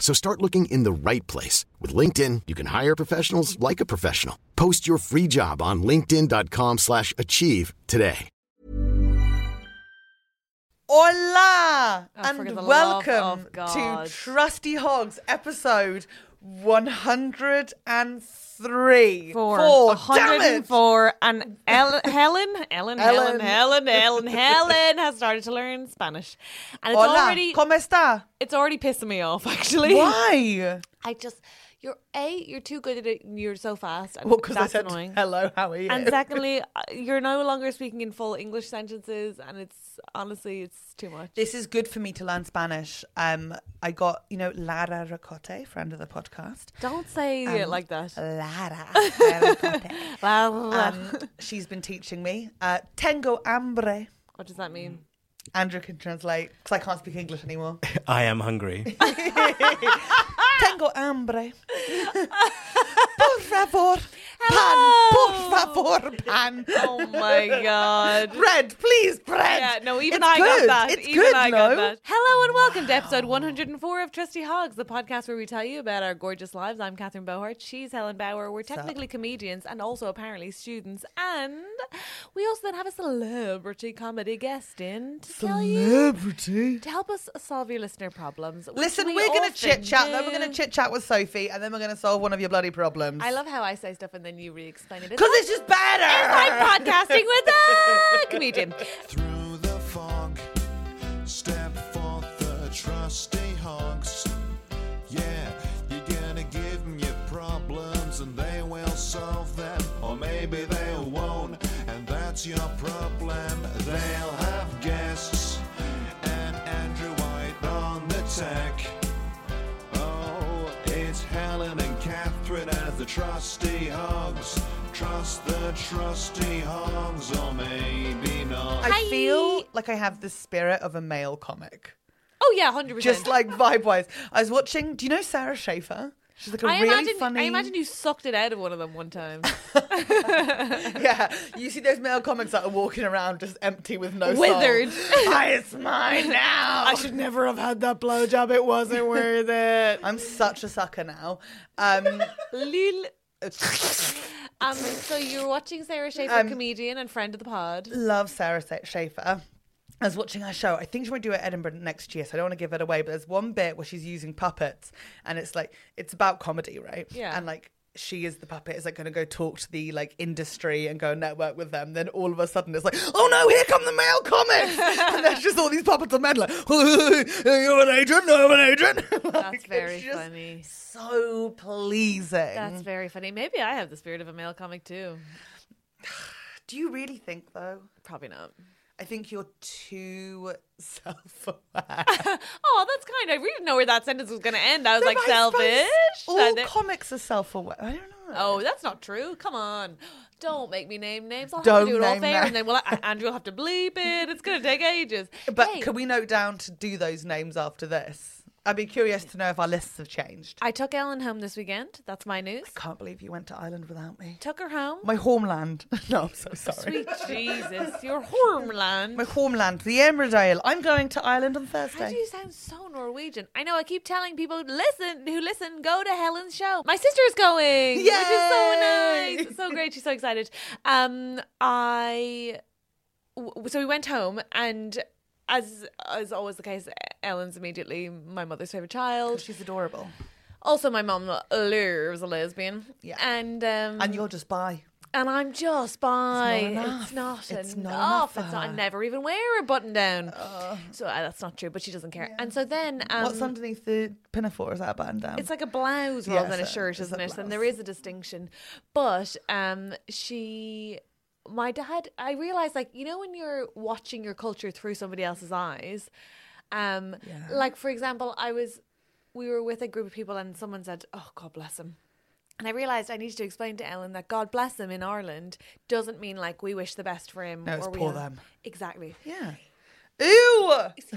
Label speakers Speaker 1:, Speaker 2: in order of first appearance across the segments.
Speaker 1: So start looking in the right place. With LinkedIn, you can hire professionals like a professional. Post your free job on linkedin.com slash achieve today.
Speaker 2: Hola
Speaker 3: Oh, for the
Speaker 2: and
Speaker 3: love
Speaker 2: welcome
Speaker 3: of
Speaker 2: to
Speaker 3: God.
Speaker 2: Trusty Hogs episode 103.
Speaker 3: Four.
Speaker 2: Four. Damn it.
Speaker 3: 104. And El- Helen, Ellen,
Speaker 2: Ellen.
Speaker 3: Helen, Helen, Helen, Helen, has started to learn Spanish. And it's
Speaker 2: Hola.
Speaker 3: already
Speaker 2: ¿Cómo está?
Speaker 3: it's already pissing me off, actually.
Speaker 2: Why?
Speaker 3: I just, you're A, you're too good at it and you're so fast. And
Speaker 2: Well, because I
Speaker 3: that's
Speaker 2: said
Speaker 3: annoying.
Speaker 2: hello, how are you?
Speaker 3: And secondly, uh, you're no longer speaking in full English sentences, and it's honestly, it's too much.
Speaker 2: This is good for me to learn Spanish. Um, I got, you know, Lara Ricote, friend of the podcast.
Speaker 3: Don't say it
Speaker 2: Um,
Speaker 3: like that.
Speaker 2: Lara Ricote.
Speaker 3: Blah, blah, blah.
Speaker 2: um, she's been teaching me. Uh, tengo hambre.
Speaker 3: what does that mean?
Speaker 2: Andrew can translate because I can't speak English anymore.
Speaker 4: I am hungry.
Speaker 2: Tengo hambre. por favor, pan. Por favor, pan.
Speaker 3: Oh my god.
Speaker 2: Bread, please, bread.
Speaker 3: Yeah, no, even
Speaker 2: It's
Speaker 3: I
Speaker 2: good.
Speaker 3: got that.
Speaker 2: It's
Speaker 3: even
Speaker 2: good,
Speaker 3: I
Speaker 2: no?
Speaker 3: got that. Hello and welcome to episode 104 of Trusty Hogs, the podcast where we tell you about our gorgeous lives. I'm Catherine Bohart. She's Helen Bauer. We're technically comedians and also apparently students. And we also then have a celebrity comedy guest in to tell you
Speaker 2: Celebrity.
Speaker 3: to help us solve your listener problems. which
Speaker 2: Listen,
Speaker 3: we
Speaker 2: we are going
Speaker 3: often
Speaker 2: to chit chat, then we're
Speaker 3: do.
Speaker 2: going to chit chat with Sophie, and then we're going to solve one of your bloody problems.
Speaker 3: I love how I say stuff and then you re-explain it.
Speaker 2: Because it's just better.
Speaker 3: I'm podcasting with a comedian.
Speaker 5: Through the fog, step forth the trusty hogs. Yeah, you're gonna give 'em your problems and they will solve them, or maybe they won't, and that's your problem. They'll have guests and Andrew White on the tech. Oh, it's Helen and Catherine as the trusty hogs. Trust the trusty hogs, or maybe not.
Speaker 2: I
Speaker 3: Hi.
Speaker 2: feel like I have the spirit of a male comic.
Speaker 3: Oh yeah, hundred percent.
Speaker 2: Just like vibe wise. I was watching, do you know Sarah Schaefer? She's like a
Speaker 3: I
Speaker 2: really
Speaker 3: imagine,
Speaker 2: funny.
Speaker 3: I imagine you sucked it out of one of them one time.
Speaker 2: Yeah, you see those male comics that are walking around just empty with no soul.
Speaker 3: Withered.
Speaker 2: Ah, it's mine now. I should never have had that blowjob. It wasn't worth it. I'm such a sucker now. Um,
Speaker 3: Lil. Um, so you're watching Sarah Schaefer,
Speaker 2: Um,
Speaker 3: comedian and friend of the pod.
Speaker 2: love Sarah Sa- Schaefer. I was watching her show. I think she might do it at Edinburgh next year, so I don't want to give it away. But there's one bit where she's using puppets, and it's like it's about comedy, right?
Speaker 3: Yeah.
Speaker 2: And like she is the puppet, is like going to go talk to the like industry and go network with them. Then all of a sudden, it's like, oh no, here come the male comics, and there's just all these puppets of men like, you have an agent, I have an agent. Like,
Speaker 3: That's
Speaker 2: it's
Speaker 3: very
Speaker 2: just Mm.
Speaker 3: funny.
Speaker 2: So pleasing.
Speaker 3: That's very funny. Maybe I have the spirit of a male comic too.
Speaker 2: Do you really think though?
Speaker 3: Probably not.
Speaker 2: I think you're too self-aware.
Speaker 3: Oh, that's kind. I didn't know where that sentence was going to end. I was like,
Speaker 2: But I suppose
Speaker 3: selfish.
Speaker 2: All
Speaker 3: And then-
Speaker 2: comics are self-aware. I don't know.
Speaker 3: Oh, that's not true. Come on. Don't make me name names. I'll have
Speaker 2: Don't
Speaker 3: to do it all
Speaker 2: name
Speaker 3: fair.
Speaker 2: names.
Speaker 3: And then we'll, Andrew will have to bleep it. It's going to take ages.
Speaker 2: Uh, But
Speaker 3: Hey,
Speaker 2: can we note down to do those names after this? I'd be curious to know if our lists have changed. I
Speaker 3: I took Ellen home this weekend. That's my news.
Speaker 2: can't believe you went to Ireland without me.
Speaker 3: Took her home.
Speaker 2: My homeland. No, I'm so sorry.
Speaker 3: Sweet Jesus, your homeland.
Speaker 2: My homeland, the Emerald Isle. I'm going to Ireland on
Speaker 3: How do
Speaker 2: Thursday.
Speaker 3: you sound so Norwegian? I know I keep telling people listen who listen go to Helen's show. My sister's going, which is so
Speaker 2: Yay!
Speaker 3: nice, It's so great. She's so excited. Um, I w- so we went home and. As as always the case, Ellen's immediately my mother's favorite child.
Speaker 2: She's adorable.
Speaker 3: Also, my mom loves a lesbian.
Speaker 2: Yeah.
Speaker 3: and um,
Speaker 2: And you're just bi.
Speaker 3: and I'm just by.
Speaker 2: enough.
Speaker 3: It's not enough.
Speaker 2: It's
Speaker 3: It's
Speaker 2: not
Speaker 3: not
Speaker 2: enough for
Speaker 3: I
Speaker 2: her.
Speaker 3: never even wear a button down. so uh, that's not true, but she doesn't care. And so then. Um,
Speaker 2: What's underneath the pinafore? Is that a bandana?
Speaker 3: it's like a blouse
Speaker 2: Yeah,
Speaker 3: rather than a
Speaker 2: it's a-
Speaker 3: shirt,
Speaker 2: it's a
Speaker 3: isn't it?
Speaker 2: blouse.
Speaker 3: And there is a distinction. But um, she, my dad, I realized like you know when you're watching your culture through somebody else's eyes, um, like for example, I was, we were with a group of people and someone said, "Oh God bless him." And I realized I needed to explain to Ellen that God bless him in Ireland doesn't mean like we wish the best for him.
Speaker 2: No, it's
Speaker 3: we
Speaker 2: poor
Speaker 3: have-
Speaker 2: them.
Speaker 3: Exactly.
Speaker 2: yeah. Ew!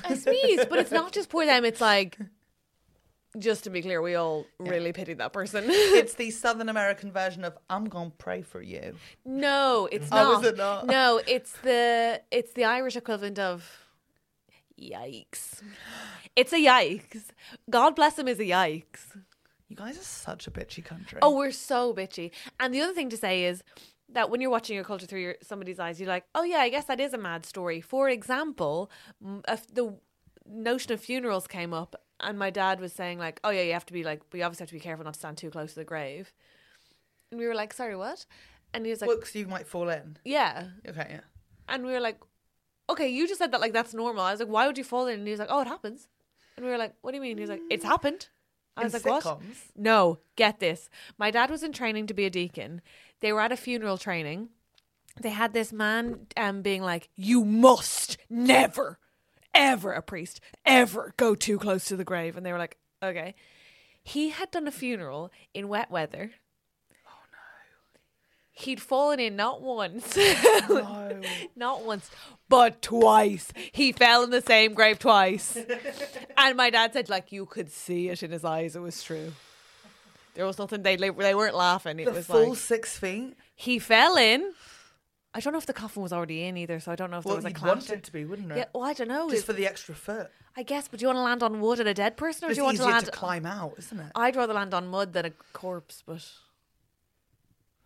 Speaker 3: I sneeze, but it's not just poor them. It's like, just to be clear, we all really pity that person.
Speaker 2: It's the Southern American version of I'm gonna pray for you.
Speaker 3: No, it's not.
Speaker 2: Oh, is it not?
Speaker 3: No, it's the it's the Irish equivalent of yikes. It's a yikes. God bless him is a yikes.
Speaker 2: You guys are such a bitchy country.
Speaker 3: Oh, we're so bitchy. And the other thing to say is that when you're watching your culture through your, somebody's eyes, you're like, oh yeah, I guess that is a mad story. For example, m- a f- the notion of funerals came up, and my dad was saying like, oh yeah, you have to be like, we obviously have to be careful not to stand too close to the grave. And we were like, sorry, what? And he was like,
Speaker 2: Well, 'cause you might fall in.
Speaker 3: yeah.
Speaker 2: Okay, yeah.
Speaker 3: And we were like, okay, you just said that like that's normal. I was like, why would you fall in? And he was like, oh, it happens. And we were like, what do you mean? He was like, it's happened. I
Speaker 2: Mm. In
Speaker 3: was like, what?
Speaker 2: sitcoms?
Speaker 3: No, get this. My dad was in training to be a deacon. They were at a funeral training. They had this man um, being like, you must never, ever a priest, ever go too close to the grave. And they were like, okay. He had done a funeral in wet weather. He'd fallen in not once. Not once, but twice. He fell in the same grave twice. and my dad said, like, you could see it in his eyes. It was true. There was nothing, they, they weren't laughing. It
Speaker 2: The
Speaker 3: was
Speaker 2: full
Speaker 3: like,
Speaker 2: six feet.
Speaker 3: he fell in. I don't know if the coffin was already in either, so I don't know if
Speaker 2: Well,
Speaker 3: there was a
Speaker 2: you'd want
Speaker 3: clash.
Speaker 2: it to be, wouldn't it?
Speaker 3: Yeah, well, I don't know.
Speaker 2: Just for the extra foot.
Speaker 3: I guess, but do you want to land on wood at a dead person or
Speaker 2: It's
Speaker 3: do you want to
Speaker 2: easier
Speaker 3: land.
Speaker 2: to climb out, isn't it?
Speaker 3: I'd rather land on mud than a corpse, but.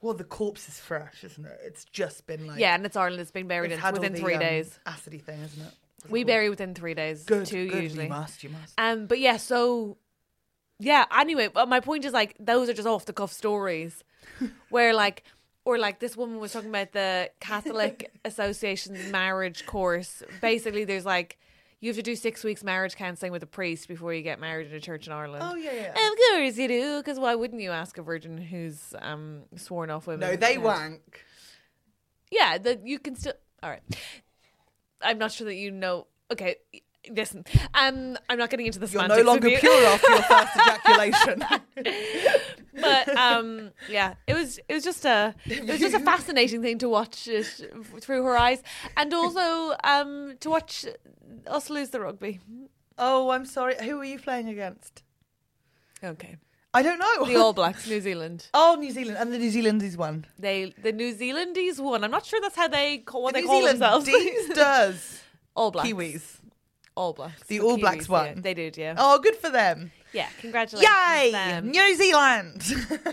Speaker 2: Well, the corpse is fresh, isn't it? It's just been like
Speaker 3: Yeah, and it's Ireland. It's been buried
Speaker 2: it's
Speaker 3: in,
Speaker 2: had all
Speaker 3: within
Speaker 2: the,
Speaker 3: three
Speaker 2: um,
Speaker 3: days.
Speaker 2: Acidy thing, isn't it?
Speaker 3: We bury within three days.
Speaker 2: Good,
Speaker 3: two
Speaker 2: good.
Speaker 3: usually.
Speaker 2: You must, you must.
Speaker 3: Um, but yeah, so yeah. Anyway, but my point is like those are just off the cuff stories, where like or like this woman was talking about the Catholic Association's marriage course. Basically, there's like you have to do six weeks marriage counselling with a priest before you get married in a church in Ireland.
Speaker 2: Oh, yeah, yeah.
Speaker 3: Of course you do, because why wouldn't you ask a virgin who's um sworn off women?
Speaker 2: No, they
Speaker 3: Yeah.
Speaker 2: wank.
Speaker 3: Yeah, that you can still. All right. I'm not sure that you know. Okay, listen. Um, I'm not getting into the
Speaker 2: You're
Speaker 3: semantics.
Speaker 2: no longer
Speaker 3: with you,
Speaker 2: pure after your first ejaculation.
Speaker 3: but um, yeah, it was it was just a it was just a fascinating thing to watch it through her eyes, and also um to watch us lose the rugby.
Speaker 2: oh, I'm sorry. Who are you playing against?
Speaker 3: Okay,
Speaker 2: I don't know.
Speaker 3: the All Blacks, New Zealand.
Speaker 2: Oh, New Zealand. And the New Zealanders won.
Speaker 3: They the New Zealandies won. I'm not sure that's how they call what
Speaker 2: the
Speaker 3: they
Speaker 2: New
Speaker 3: call
Speaker 2: Zealand
Speaker 3: themselves.
Speaker 2: Dees does.
Speaker 3: All Blacks,
Speaker 2: Kiwis.
Speaker 3: All Blacks,
Speaker 2: The All Blacks
Speaker 3: Kiwis, yeah,
Speaker 2: won.
Speaker 3: they did, yeah.
Speaker 2: Oh, good for them.
Speaker 3: Yeah, congratulations.
Speaker 2: Yay!
Speaker 3: them.
Speaker 2: New Zealand.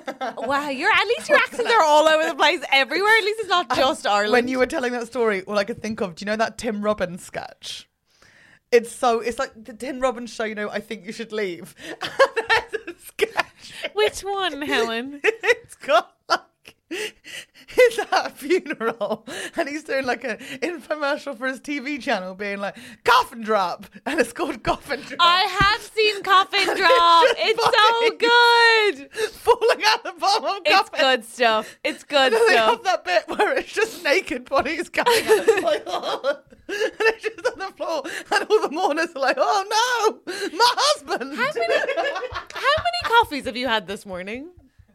Speaker 3: Wow, you're at least your accents are all over the place everywhere. At least it's not just Ireland.
Speaker 2: when you were telling that story, all I could think of, do you know that Tim Robbins sketch? It's so, it's like the Tim Robbins show, you know, I think you should leave. And there's a sketch.
Speaker 3: Which one, Helen?
Speaker 2: it's got like it's at a funeral and he's doing like an infomercial for his TV channel being like coffin drop and it's called coffin drop
Speaker 3: I have seen Coffin Drop. It's so good.
Speaker 2: falling out the bottom of
Speaker 3: It's
Speaker 2: coffin
Speaker 3: good stuff. It's good
Speaker 2: and then they
Speaker 3: stuff.
Speaker 2: have that bit where it's just naked bodies coming out It's like, oh. and it's just on the floor and all the mourners are like oh no my husband
Speaker 3: How many, how many coffees have you had this morning?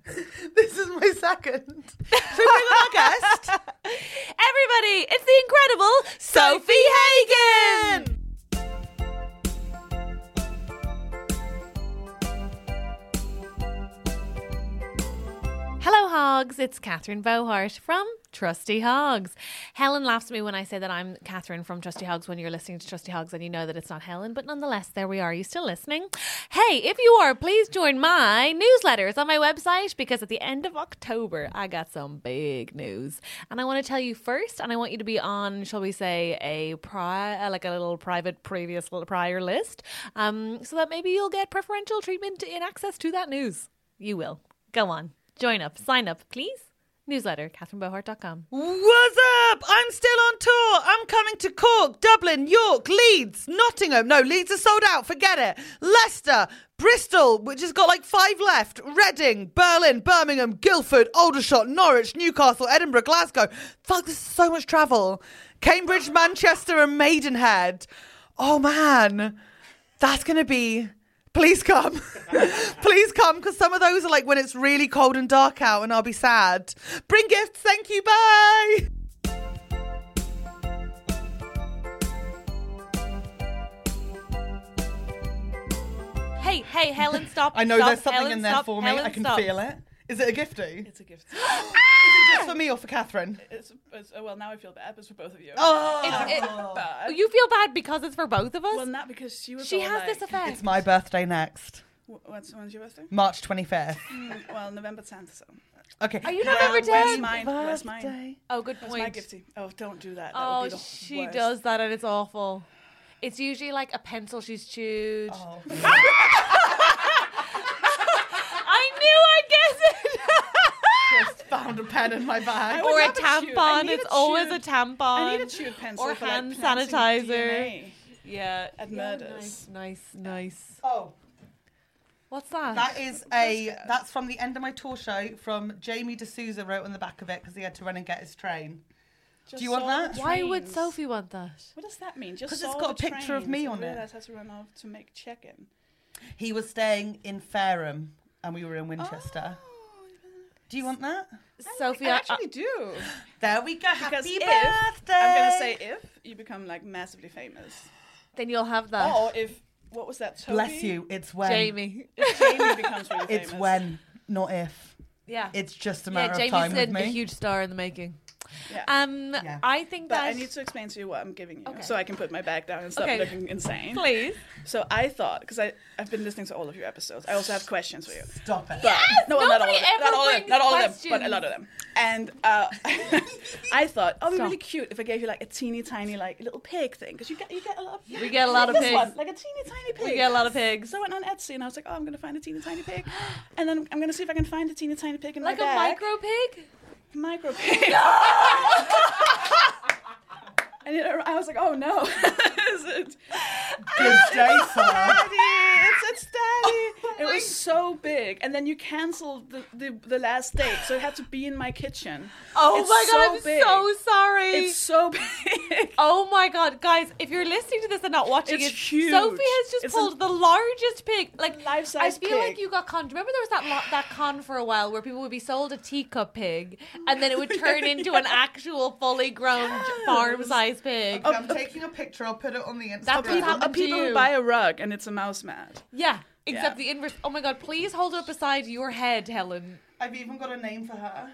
Speaker 2: this is my second should we bring on our guest
Speaker 3: Everybody, it's the incredible Sophie Hagen. Hello, Hogs. It's Catherine Bohart from Trusty Hogs. Helen laughs at me when I say that I'm Catherine from Trusty Hogs when you're listening to Trusty Hogs and you know that it's not Helen, but nonetheless, there we are. You still listening? Hey, if you are, please join my newsletter. It's on my website because at the end of October, I got some big news. And I want to tell you first, and I want you to be on, shall we say, a pri- uh, like a little private previous little prior list um, so that maybe you'll get preferential treatment in access to that news. You will. Go on. Join up. Sign up, please. Newsletter, katherinebohart.com.
Speaker 2: What's up? I'm still on tour. I'm coming to Cork, Dublin, York, Leeds, Nottingham. No, Leeds are sold out. Forget it. Leicester, Bristol, which has got like five left. Reading, Berlin, Birmingham, Guildford, Aldershot, Norwich, Newcastle, Edinburgh, Glasgow. Fuck, this is so much travel. Cambridge, Manchester, and Maidenhead. Oh man, that's gonna be. Please come. Please come, because some of those are like when it's really cold and dark out, and I'll be sad. Bring gifts. Thank you. Bye.
Speaker 3: Hey, hey, Helen, stop.
Speaker 2: I know
Speaker 3: stop.
Speaker 2: there's something
Speaker 3: Helen,
Speaker 2: in there
Speaker 3: stop.
Speaker 2: for me.
Speaker 3: Helen,
Speaker 2: I can
Speaker 3: stop.
Speaker 2: feel it. Is it a gifty? Is
Speaker 6: It's a gift.
Speaker 2: it just for me or for Catherine?
Speaker 6: It's, it's oh, well now I feel bad. It's for both of you.
Speaker 2: Oh,
Speaker 3: It- uh,
Speaker 6: Bad.
Speaker 3: you feel bad because it's for both of us?
Speaker 6: well, not because she was.
Speaker 3: she
Speaker 6: all
Speaker 3: has
Speaker 6: like,
Speaker 3: this effect.
Speaker 2: it's my birthday next,
Speaker 6: "Wh- What's when's your birthday?
Speaker 2: March 25th.
Speaker 6: Mm, well, November tenth. So.
Speaker 2: Okay.
Speaker 3: Are you November
Speaker 6: where's
Speaker 3: 10th?
Speaker 6: mine? Where's mine?
Speaker 2: Birthday.
Speaker 3: Oh, good
Speaker 6: Where's my
Speaker 3: point.
Speaker 6: gifty? Oh, don't do that. that
Speaker 3: Oh,
Speaker 6: would be the
Speaker 3: she
Speaker 6: worst.
Speaker 3: does that and it's awful. It's usually like a pencil she's chewed.
Speaker 6: Oh.
Speaker 2: Oh,
Speaker 3: I knew I'd guess it.
Speaker 2: Just found a pen in my bag.
Speaker 3: or a
Speaker 6: love a chewed. I
Speaker 3: tampon.
Speaker 6: need
Speaker 3: It's
Speaker 6: a
Speaker 3: always a
Speaker 6: chewed-
Speaker 3: tampon.
Speaker 6: I need a chewed pencil
Speaker 3: or
Speaker 6: for, like,
Speaker 3: hand
Speaker 6: pronouncing
Speaker 3: sanitizer.
Speaker 6: DNA.
Speaker 3: Yeah,
Speaker 6: At
Speaker 3: Yeah,
Speaker 6: murders.
Speaker 3: Nice, nice, nice.
Speaker 2: Oh,
Speaker 3: What's that?
Speaker 2: that is a that's from the end of my tour show from Jamie D'Souza wrote on the back of it because he had to run and get his train.
Speaker 6: Just
Speaker 2: you want
Speaker 6: saw
Speaker 2: that?
Speaker 6: the
Speaker 3: Why would
Speaker 6: trains.
Speaker 3: Sophie want that?
Speaker 6: What does that mean? Just
Speaker 2: 'Cause it's
Speaker 6: saw
Speaker 2: got
Speaker 6: the
Speaker 2: a picture of
Speaker 6: trains
Speaker 2: me
Speaker 6: and
Speaker 2: on it.
Speaker 6: realised I had to run off to make check-in.
Speaker 2: He was staying in Fareham and we were in Winchester.
Speaker 6: Oh.
Speaker 2: Do you want that?
Speaker 3: Sophie,
Speaker 6: I
Speaker 3: I-
Speaker 6: actually do.
Speaker 2: There we go.
Speaker 6: Because
Speaker 2: Happy
Speaker 6: if
Speaker 2: birthday.
Speaker 6: I'm gonna say if you become like massively famous,
Speaker 3: then you'll have that.
Speaker 2: oh,
Speaker 6: or if what was that? Toby?
Speaker 2: Uh, Bless you. It's when.
Speaker 3: Jamie.
Speaker 6: If Jamie becomes really famous.
Speaker 2: It's when, not if.
Speaker 3: Yeah.
Speaker 2: It's just a matter
Speaker 3: yeah,
Speaker 2: of time
Speaker 3: Jamie's
Speaker 2: with
Speaker 3: a,
Speaker 2: me.
Speaker 3: a huge star in the making.
Speaker 6: Yeah.
Speaker 3: Um, I think
Speaker 6: But
Speaker 3: that.
Speaker 6: I need to explain to you what I'm giving you
Speaker 3: Okay.
Speaker 6: so I can put my back down and stop
Speaker 3: Okay.
Speaker 6: looking insane.
Speaker 3: Please.
Speaker 6: So I thought, because I've been listening to all of your episodes, I also have questions for you.
Speaker 2: Stop it.
Speaker 6: But- no, well, not all
Speaker 3: Nobody
Speaker 6: of them. Not
Speaker 3: ever
Speaker 6: all of them.
Speaker 3: brings
Speaker 6: Not all of them, but a
Speaker 3: questions.
Speaker 6: lot of them. And uh, I thought, oh, it'd be
Speaker 3: Stop.
Speaker 6: really cute if I gave you like a teeny tiny like little pig thing, because you get you get a lot of
Speaker 3: We get a lot of
Speaker 6: This one,
Speaker 3: pigs.
Speaker 6: like a teeny tiny pig.
Speaker 3: We get a lot of pigs.
Speaker 6: So I went on Etsy and I was like, oh, I'm gonna find a teeny tiny pig, and then I'm gonna see if I can find a teeny tiny pig in
Speaker 3: Like
Speaker 6: my
Speaker 3: a
Speaker 6: bag.
Speaker 3: micro pig?
Speaker 6: micro pig. and it, I was like, oh no, is it?
Speaker 2: Good day, sir.
Speaker 6: Daddy, it's, it's
Speaker 3: Oh
Speaker 6: daddy. it was so big, and then you canceled the, the, the last date, so it had to be in my kitchen.
Speaker 3: Oh
Speaker 6: It's
Speaker 3: my god,
Speaker 6: so
Speaker 3: I'm
Speaker 6: big.
Speaker 3: so sorry.
Speaker 6: It's so big.
Speaker 3: Oh my god, guys! If you're listening to this and not watching
Speaker 6: It's
Speaker 3: it,
Speaker 6: huge.
Speaker 3: Sophie has just
Speaker 6: It's
Speaker 3: pulled
Speaker 6: an-
Speaker 3: the largest pig. Like
Speaker 6: Life-size
Speaker 3: I feel like
Speaker 6: pig.
Speaker 3: you got conned. Remember there was that lo- that con for a while where people would be sold a teacup pig, and then it would turn into an actual fully grown farm sized pig.
Speaker 6: Oh.
Speaker 2: I'm taking a picture. I'll put it on the Instagram.
Speaker 3: what's happening.
Speaker 6: People,
Speaker 3: to
Speaker 6: people
Speaker 3: you.
Speaker 6: who buy a rug and it's a mouse mat.
Speaker 3: Yeah, except
Speaker 6: Yeah.
Speaker 3: the inverse. Oh my god! Please hold it up beside your head, Helen.
Speaker 2: I've even got a name for her.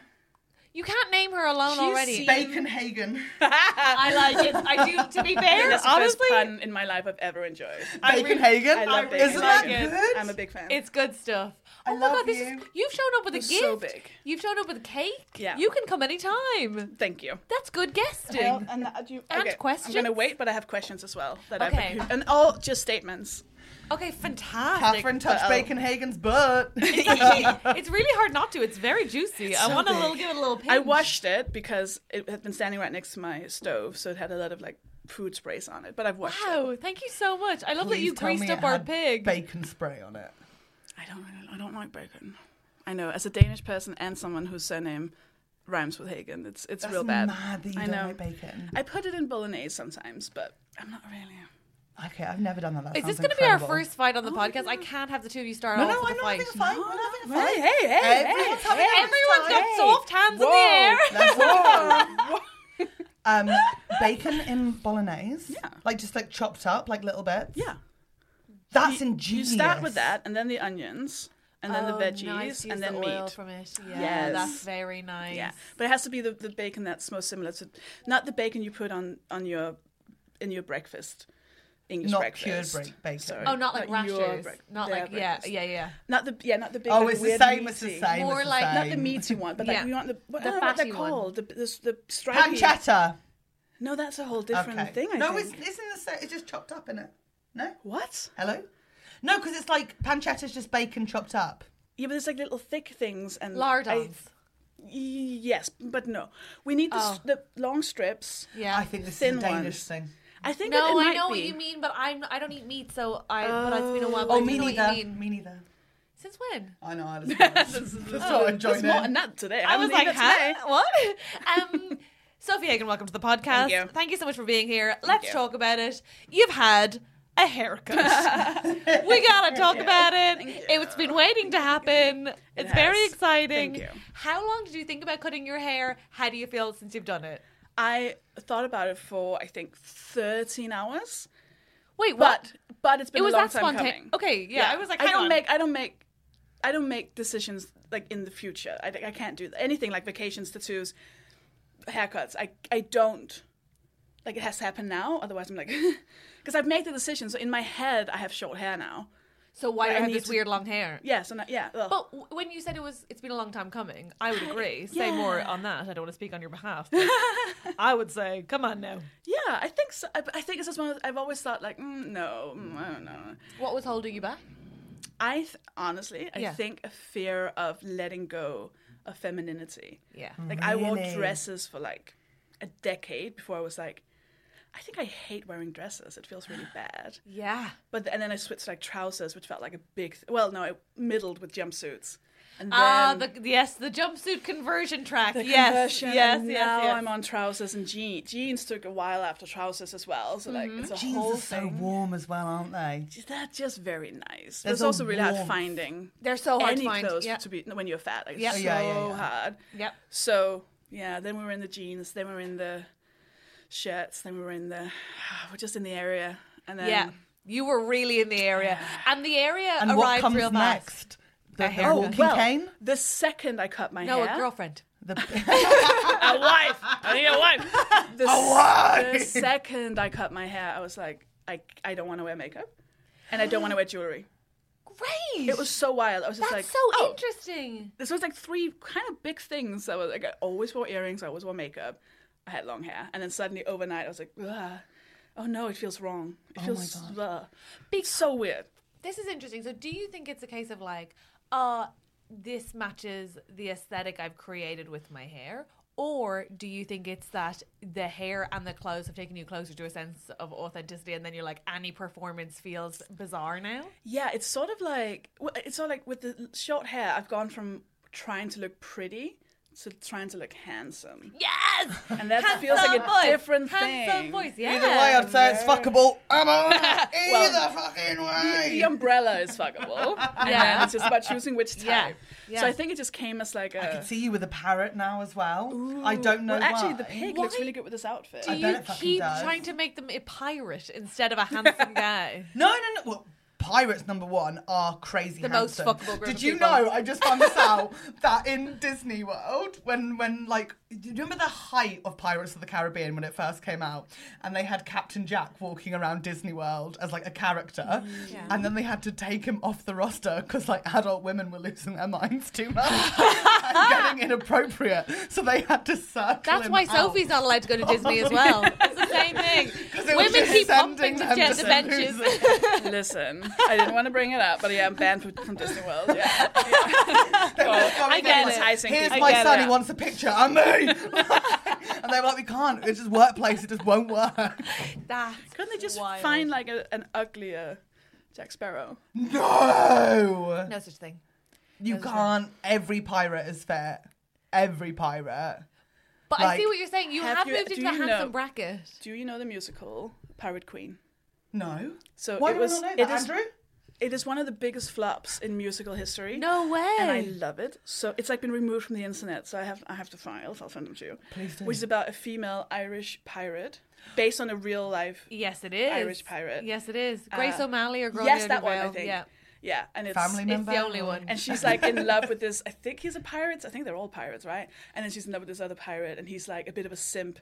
Speaker 3: You can't name her alone
Speaker 6: She's
Speaker 3: already.
Speaker 6: seen-
Speaker 2: Bacon Hagen.
Speaker 3: I like it. I do. To be fair,
Speaker 6: That's the best
Speaker 3: honestly,
Speaker 6: pun in my life I've ever enjoyed.
Speaker 2: Bacon Hagen.
Speaker 6: I love
Speaker 3: really
Speaker 2: Isn't that
Speaker 3: like it.
Speaker 2: good?
Speaker 6: I'm a big fan.
Speaker 3: It's good stuff.
Speaker 2: I
Speaker 3: oh my
Speaker 2: love
Speaker 3: god, this
Speaker 2: you.
Speaker 3: is you've shown up with a
Speaker 6: It's
Speaker 3: gift.
Speaker 6: so big.
Speaker 3: You've shown up with cake.
Speaker 6: Yeah.
Speaker 3: You can come anytime.
Speaker 6: Thank you.
Speaker 3: That's good
Speaker 6: Well, uh,
Speaker 3: guesting.
Speaker 6: and that- you,
Speaker 3: And
Speaker 6: okay,
Speaker 3: questions?
Speaker 6: I'm gonna wait, but I have questions as well. That
Speaker 3: Okay.
Speaker 6: I've, and all just statements.
Speaker 3: Okay, fantastic.
Speaker 2: Catherine touched
Speaker 6: Oh.
Speaker 2: Bacon Hagen's butt.
Speaker 3: it's really hard not to. It's very juicy. I
Speaker 2: so
Speaker 3: want to
Speaker 2: big.
Speaker 3: little give it a little pinch.
Speaker 6: I washed it because it had been standing right next to my stove, so it had a lot of like food sprays on it. But I've washed it.
Speaker 3: Wow, thank you so much. I love that you
Speaker 2: Please tell me
Speaker 3: greased
Speaker 2: it
Speaker 3: up our
Speaker 2: had
Speaker 3: pig.
Speaker 2: Bacon spray on it.
Speaker 6: I don't. I don't like bacon. I know. As a Danish person and someone whose surname rhymes with Hagen, it's it's
Speaker 2: That's
Speaker 6: real bad.
Speaker 2: mad that you
Speaker 6: I
Speaker 2: don't
Speaker 6: know.
Speaker 2: like bacon.
Speaker 6: I put it in bolognese sometimes, but I'm not really.
Speaker 2: Okay, I've never done that. that
Speaker 3: Is this
Speaker 2: going to
Speaker 3: be our first fight on the podcast? I can't have the two of you start
Speaker 2: No,
Speaker 3: off
Speaker 2: no,
Speaker 3: with
Speaker 2: I'm
Speaker 3: a
Speaker 2: not
Speaker 3: fight.
Speaker 2: having a fight. We're not having a fight.
Speaker 6: Hey, hey, hey,
Speaker 2: Everyone's having a
Speaker 3: Everyone's got
Speaker 2: fight.
Speaker 3: soft hands in the air.
Speaker 2: That's all. um, bacon in bolognese.
Speaker 6: Yeah.
Speaker 2: Like just like chopped up, like little bits.
Speaker 6: Yeah.
Speaker 2: That's
Speaker 6: You
Speaker 2: ingenious.
Speaker 6: start with that, and then the onions, and and then
Speaker 3: Oh,
Speaker 6: the veggies,
Speaker 3: nice. Use
Speaker 6: and then
Speaker 3: the
Speaker 6: meat.
Speaker 3: oil from it. Yeah,
Speaker 6: Yes.
Speaker 3: that's very nice.
Speaker 6: Yeah, but it has to be the, the bacon that's most similar to, not the bacon you put on on your in your breakfast, English
Speaker 2: Not
Speaker 6: breakfast.
Speaker 2: cured break- bacon.
Speaker 6: Sorry.
Speaker 3: Oh, not like
Speaker 6: your
Speaker 3: rashers.
Speaker 6: break-
Speaker 3: not
Speaker 6: their
Speaker 3: like yeah,
Speaker 6: breakfast.
Speaker 3: yeah, yeah.
Speaker 6: Not the yeah, not the big.
Speaker 2: Oh,
Speaker 6: like,
Speaker 2: it's the
Speaker 6: weird
Speaker 2: same. It's the
Speaker 6: meaty.
Speaker 2: same.
Speaker 3: More
Speaker 2: it's
Speaker 3: like-
Speaker 2: the
Speaker 6: Not the
Speaker 2: same.
Speaker 6: meaty one, but
Speaker 3: Yeah.
Speaker 6: like we want the. What,
Speaker 3: The
Speaker 6: I don't know what
Speaker 3: fatty
Speaker 6: they're
Speaker 3: one.
Speaker 6: called. The the, the stripy.
Speaker 2: pancetta.
Speaker 6: No, that's a whole different
Speaker 2: Okay.
Speaker 6: thing. I
Speaker 2: no,
Speaker 6: think.
Speaker 2: it's it's in the same. It's just chopped up in it. No.
Speaker 6: what?
Speaker 2: Hello. No, because it's like pancetta's just bacon chopped up.
Speaker 6: Yeah, but it's like little thick things and Mm. I-
Speaker 3: Lardons.
Speaker 6: Yes, but no. We need the, s the long strips.
Speaker 3: Oh. yeah.
Speaker 2: I think this
Speaker 6: Thin
Speaker 2: is a Danish
Speaker 6: ones.
Speaker 2: thing.
Speaker 6: I think that
Speaker 3: no,
Speaker 6: it
Speaker 3: I
Speaker 6: might
Speaker 3: know
Speaker 6: be.
Speaker 3: what you mean, but I'm I don't eat meat, so I. but it's been a while. But
Speaker 2: Oh,
Speaker 3: I
Speaker 2: me
Speaker 3: do know what you
Speaker 2: neither.
Speaker 3: mean.
Speaker 2: Me neither.
Speaker 3: Since when?
Speaker 2: I know. I just, just not enjoying
Speaker 6: It's Oh, more
Speaker 2: it.
Speaker 6: than that today.
Speaker 3: I was
Speaker 6: haven't
Speaker 3: like,
Speaker 6: eaten it today.
Speaker 3: huh? What? Um, Sophie Hagen, welcome to the podcast.
Speaker 6: Thank you.
Speaker 3: so much for being here. Let's
Speaker 6: you.
Speaker 3: talk about it. You've had a haircut. we gotta talk about it. It's been waiting to happen. It's very
Speaker 6: has.
Speaker 3: exciting.
Speaker 6: Thank you.
Speaker 3: How long did you think about cutting your hair? How do you feel since you've done it?
Speaker 6: I thought about it for I think 13 hours,
Speaker 3: Wait, what?
Speaker 6: but but it's been
Speaker 3: It was
Speaker 6: a long
Speaker 3: that
Speaker 6: time
Speaker 3: spontan-
Speaker 6: coming.
Speaker 3: okay, yeah, I was like,
Speaker 6: I
Speaker 3: hang
Speaker 6: don't
Speaker 3: on.
Speaker 6: make I don't make I don't make decisions like in the future. I I can't do that. anything like vacations, tattoos, haircuts. I I don't like it has to happen now. Otherwise, I'm like because I've made the decision. So in my head, I have short hair now.
Speaker 3: so why do
Speaker 6: I
Speaker 3: you have
Speaker 6: need
Speaker 3: this
Speaker 6: to-
Speaker 3: weird long hair?
Speaker 6: Yeah, so now, yeah. well,
Speaker 3: But w- when you said it was, it's been a long time coming. I would agree. Say
Speaker 6: yeah.
Speaker 3: more on that. I don't want to speak on your behalf. but I would say, come on now.
Speaker 6: Yeah, I think so. I, I think it's just one. Of, I've always thought like, mm, no, mm, I don't know.
Speaker 3: What was holding you back?
Speaker 6: I th- honestly, I
Speaker 3: Yeah.
Speaker 6: think a fear of letting go of femininity.
Speaker 3: Yeah.
Speaker 6: Like I wore
Speaker 2: Really?
Speaker 6: dresses for like a decade before I was like, I think I hate wearing dresses. It feels really bad.
Speaker 3: Yeah.
Speaker 6: But th- and then I switched to like trousers, which felt like a big. Th- well, no, I middled with jumpsuits. And then
Speaker 3: Ah, the, yes, the jumpsuit conversion track.
Speaker 6: the
Speaker 3: yes,
Speaker 6: conversion,
Speaker 3: yes,
Speaker 6: and
Speaker 3: yes,
Speaker 6: now
Speaker 3: yes.
Speaker 6: I'm on trousers and jeans. Jeans took a while after trousers as well. So like
Speaker 3: Mm-hmm.
Speaker 6: it's a
Speaker 2: Jeans
Speaker 6: whole
Speaker 2: are so
Speaker 6: thing.
Speaker 2: warm as well, aren't they?
Speaker 6: That's just very nice. But
Speaker 2: There's
Speaker 6: it's
Speaker 2: a
Speaker 6: also really hard
Speaker 2: warmth.
Speaker 6: finding.
Speaker 3: They're so hard to
Speaker 6: any
Speaker 3: find,
Speaker 6: clothes
Speaker 3: yeah.
Speaker 6: to be when you're fat. Like,
Speaker 3: Yeah.
Speaker 6: it's so
Speaker 2: Yeah, yeah, yeah.
Speaker 6: hard.
Speaker 3: Yep.
Speaker 6: So yeah, then we were in the jeans. Then we were in the shirts. Then we were in the we're just in the area. And then
Speaker 3: Yeah. You were really in the area. And the area
Speaker 2: And
Speaker 3: arrived
Speaker 2: what comes
Speaker 3: real fast.
Speaker 2: next? The, the
Speaker 3: haircut.
Speaker 6: oh
Speaker 2: walking
Speaker 6: well,
Speaker 2: cane.
Speaker 6: the second I cut my
Speaker 3: No,
Speaker 6: hair,
Speaker 3: a girlfriend.
Speaker 2: The
Speaker 6: a wife. I need a wife. The,
Speaker 3: Oh,
Speaker 6: s-
Speaker 2: wife.
Speaker 6: the second I cut my hair, I was like, I I don't want to wear makeup, and I don't want to wear jewelry.
Speaker 3: Great.
Speaker 6: It was so wild. I was just
Speaker 3: That's
Speaker 6: like,
Speaker 3: so
Speaker 6: oh,
Speaker 3: interesting.
Speaker 6: this was like three kind of big things that was like I always wore earrings, I always wore makeup, I had long hair, and then suddenly overnight I was like, Ugh. oh no, it feels wrong. It feels ugh. It's so weird.
Speaker 3: This is interesting. So, do you think it's a case of like, uh, this matches the aesthetic I've created with my hair? Or do you think it's that the hair and the clothes have taken you closer to a sense of authenticity, and then you're like, any performance feels bizarre now?
Speaker 6: Yeah, it's sort of like w- it's sort of like with the l- short hair, I've gone from trying to look pretty to trying to look handsome,
Speaker 3: Yes,
Speaker 6: and that
Speaker 3: Handsome
Speaker 6: feels like a
Speaker 3: voice.
Speaker 6: different
Speaker 3: Handsome
Speaker 6: thing.
Speaker 3: voice, yeah.
Speaker 2: Either way, I'd say it's fuckable. I'm on it. either fucking
Speaker 6: The
Speaker 2: way.
Speaker 6: umbrella is fuckable. And
Speaker 3: Yeah.
Speaker 6: then it's just about choosing which type.
Speaker 3: Yeah. Yeah.
Speaker 6: So I think it just came as like
Speaker 2: I
Speaker 6: a.
Speaker 2: could see you with a parrot now as well. I don't know
Speaker 6: well, actually,
Speaker 2: why.
Speaker 6: the pig
Speaker 3: Why
Speaker 6: looks really good with this outfit.
Speaker 2: I
Speaker 3: Do you
Speaker 2: bet it fucking
Speaker 3: keep
Speaker 2: does.
Speaker 3: trying to make them a pirate instead of a handsome guy?
Speaker 2: No, no, no. Well, pirates number one are crazy.
Speaker 3: The most
Speaker 2: handsome.
Speaker 3: fuckable group
Speaker 2: Did
Speaker 3: of
Speaker 2: you
Speaker 3: people.
Speaker 2: know? I just found this out that in Disney World, when when like, do you remember the height of Pirates of the Caribbean when it first came out, and they had Captain Jack walking around Disney World as like a character,
Speaker 3: Mm,
Speaker 2: and then they had to take him off the roster because like adult women were losing their minds too much and getting inappropriate, so they had to circle.
Speaker 3: That's
Speaker 2: him
Speaker 3: why
Speaker 2: out.
Speaker 3: Sophie's not allowed to go to Disney as well. It's the same thing.
Speaker 2: 'Cause they were
Speaker 3: Women
Speaker 2: just
Speaker 3: keep
Speaker 2: sending
Speaker 3: humping the,
Speaker 2: them
Speaker 3: chair,
Speaker 2: to
Speaker 3: the
Speaker 2: send
Speaker 3: benches.
Speaker 2: losers.
Speaker 6: Listen, I didn't want to bring it up, but yeah, I'm banned from, from Disney World. Yeah.
Speaker 2: I
Speaker 6: get it. Enticing
Speaker 2: Here's
Speaker 6: people.
Speaker 2: my
Speaker 6: I get
Speaker 2: son.
Speaker 6: it.
Speaker 2: He wants a picture. I'm me. and they were like, we can't. It's just workplace. It just won't work.
Speaker 3: That's
Speaker 6: Couldn't they just
Speaker 3: wild.
Speaker 6: find like a, an uglier Jack Sparrow?
Speaker 2: No.
Speaker 3: no such thing?
Speaker 2: you can't. Every pirate is fair. Every pirate.
Speaker 3: But I see
Speaker 2: Like,
Speaker 3: what you're saying. You have,
Speaker 6: have you-
Speaker 3: moved
Speaker 6: do
Speaker 3: into the
Speaker 6: you know-
Speaker 3: handsome bracket.
Speaker 6: Do you know the musical Pirate Queen?
Speaker 2: No.
Speaker 6: So
Speaker 2: Why
Speaker 6: it
Speaker 2: do
Speaker 6: was
Speaker 2: I not know
Speaker 6: it
Speaker 2: that,
Speaker 6: is
Speaker 2: Andrew?
Speaker 6: it is one of the biggest flops in musical history.
Speaker 3: No way.
Speaker 6: And I love it. So it's like been removed from the internet. So I have I have the files. I'll send them to you. Please do. Which is about a female Irish pirate based on a real life
Speaker 3: yes, it is.
Speaker 6: Irish pirate. Uh,
Speaker 3: Yes, it is. Grace O'Malley or Girl
Speaker 6: yes,
Speaker 3: Under
Speaker 6: that one, I
Speaker 3: Veil.
Speaker 6: think.
Speaker 3: Yeah.
Speaker 6: Yeah, and it's
Speaker 2: Family member.
Speaker 3: the only one.
Speaker 6: and she's like in love with this. I think he's a pirate. I think they're all pirates, right? And then she's in love with this other pirate, and he's like a bit of a simp,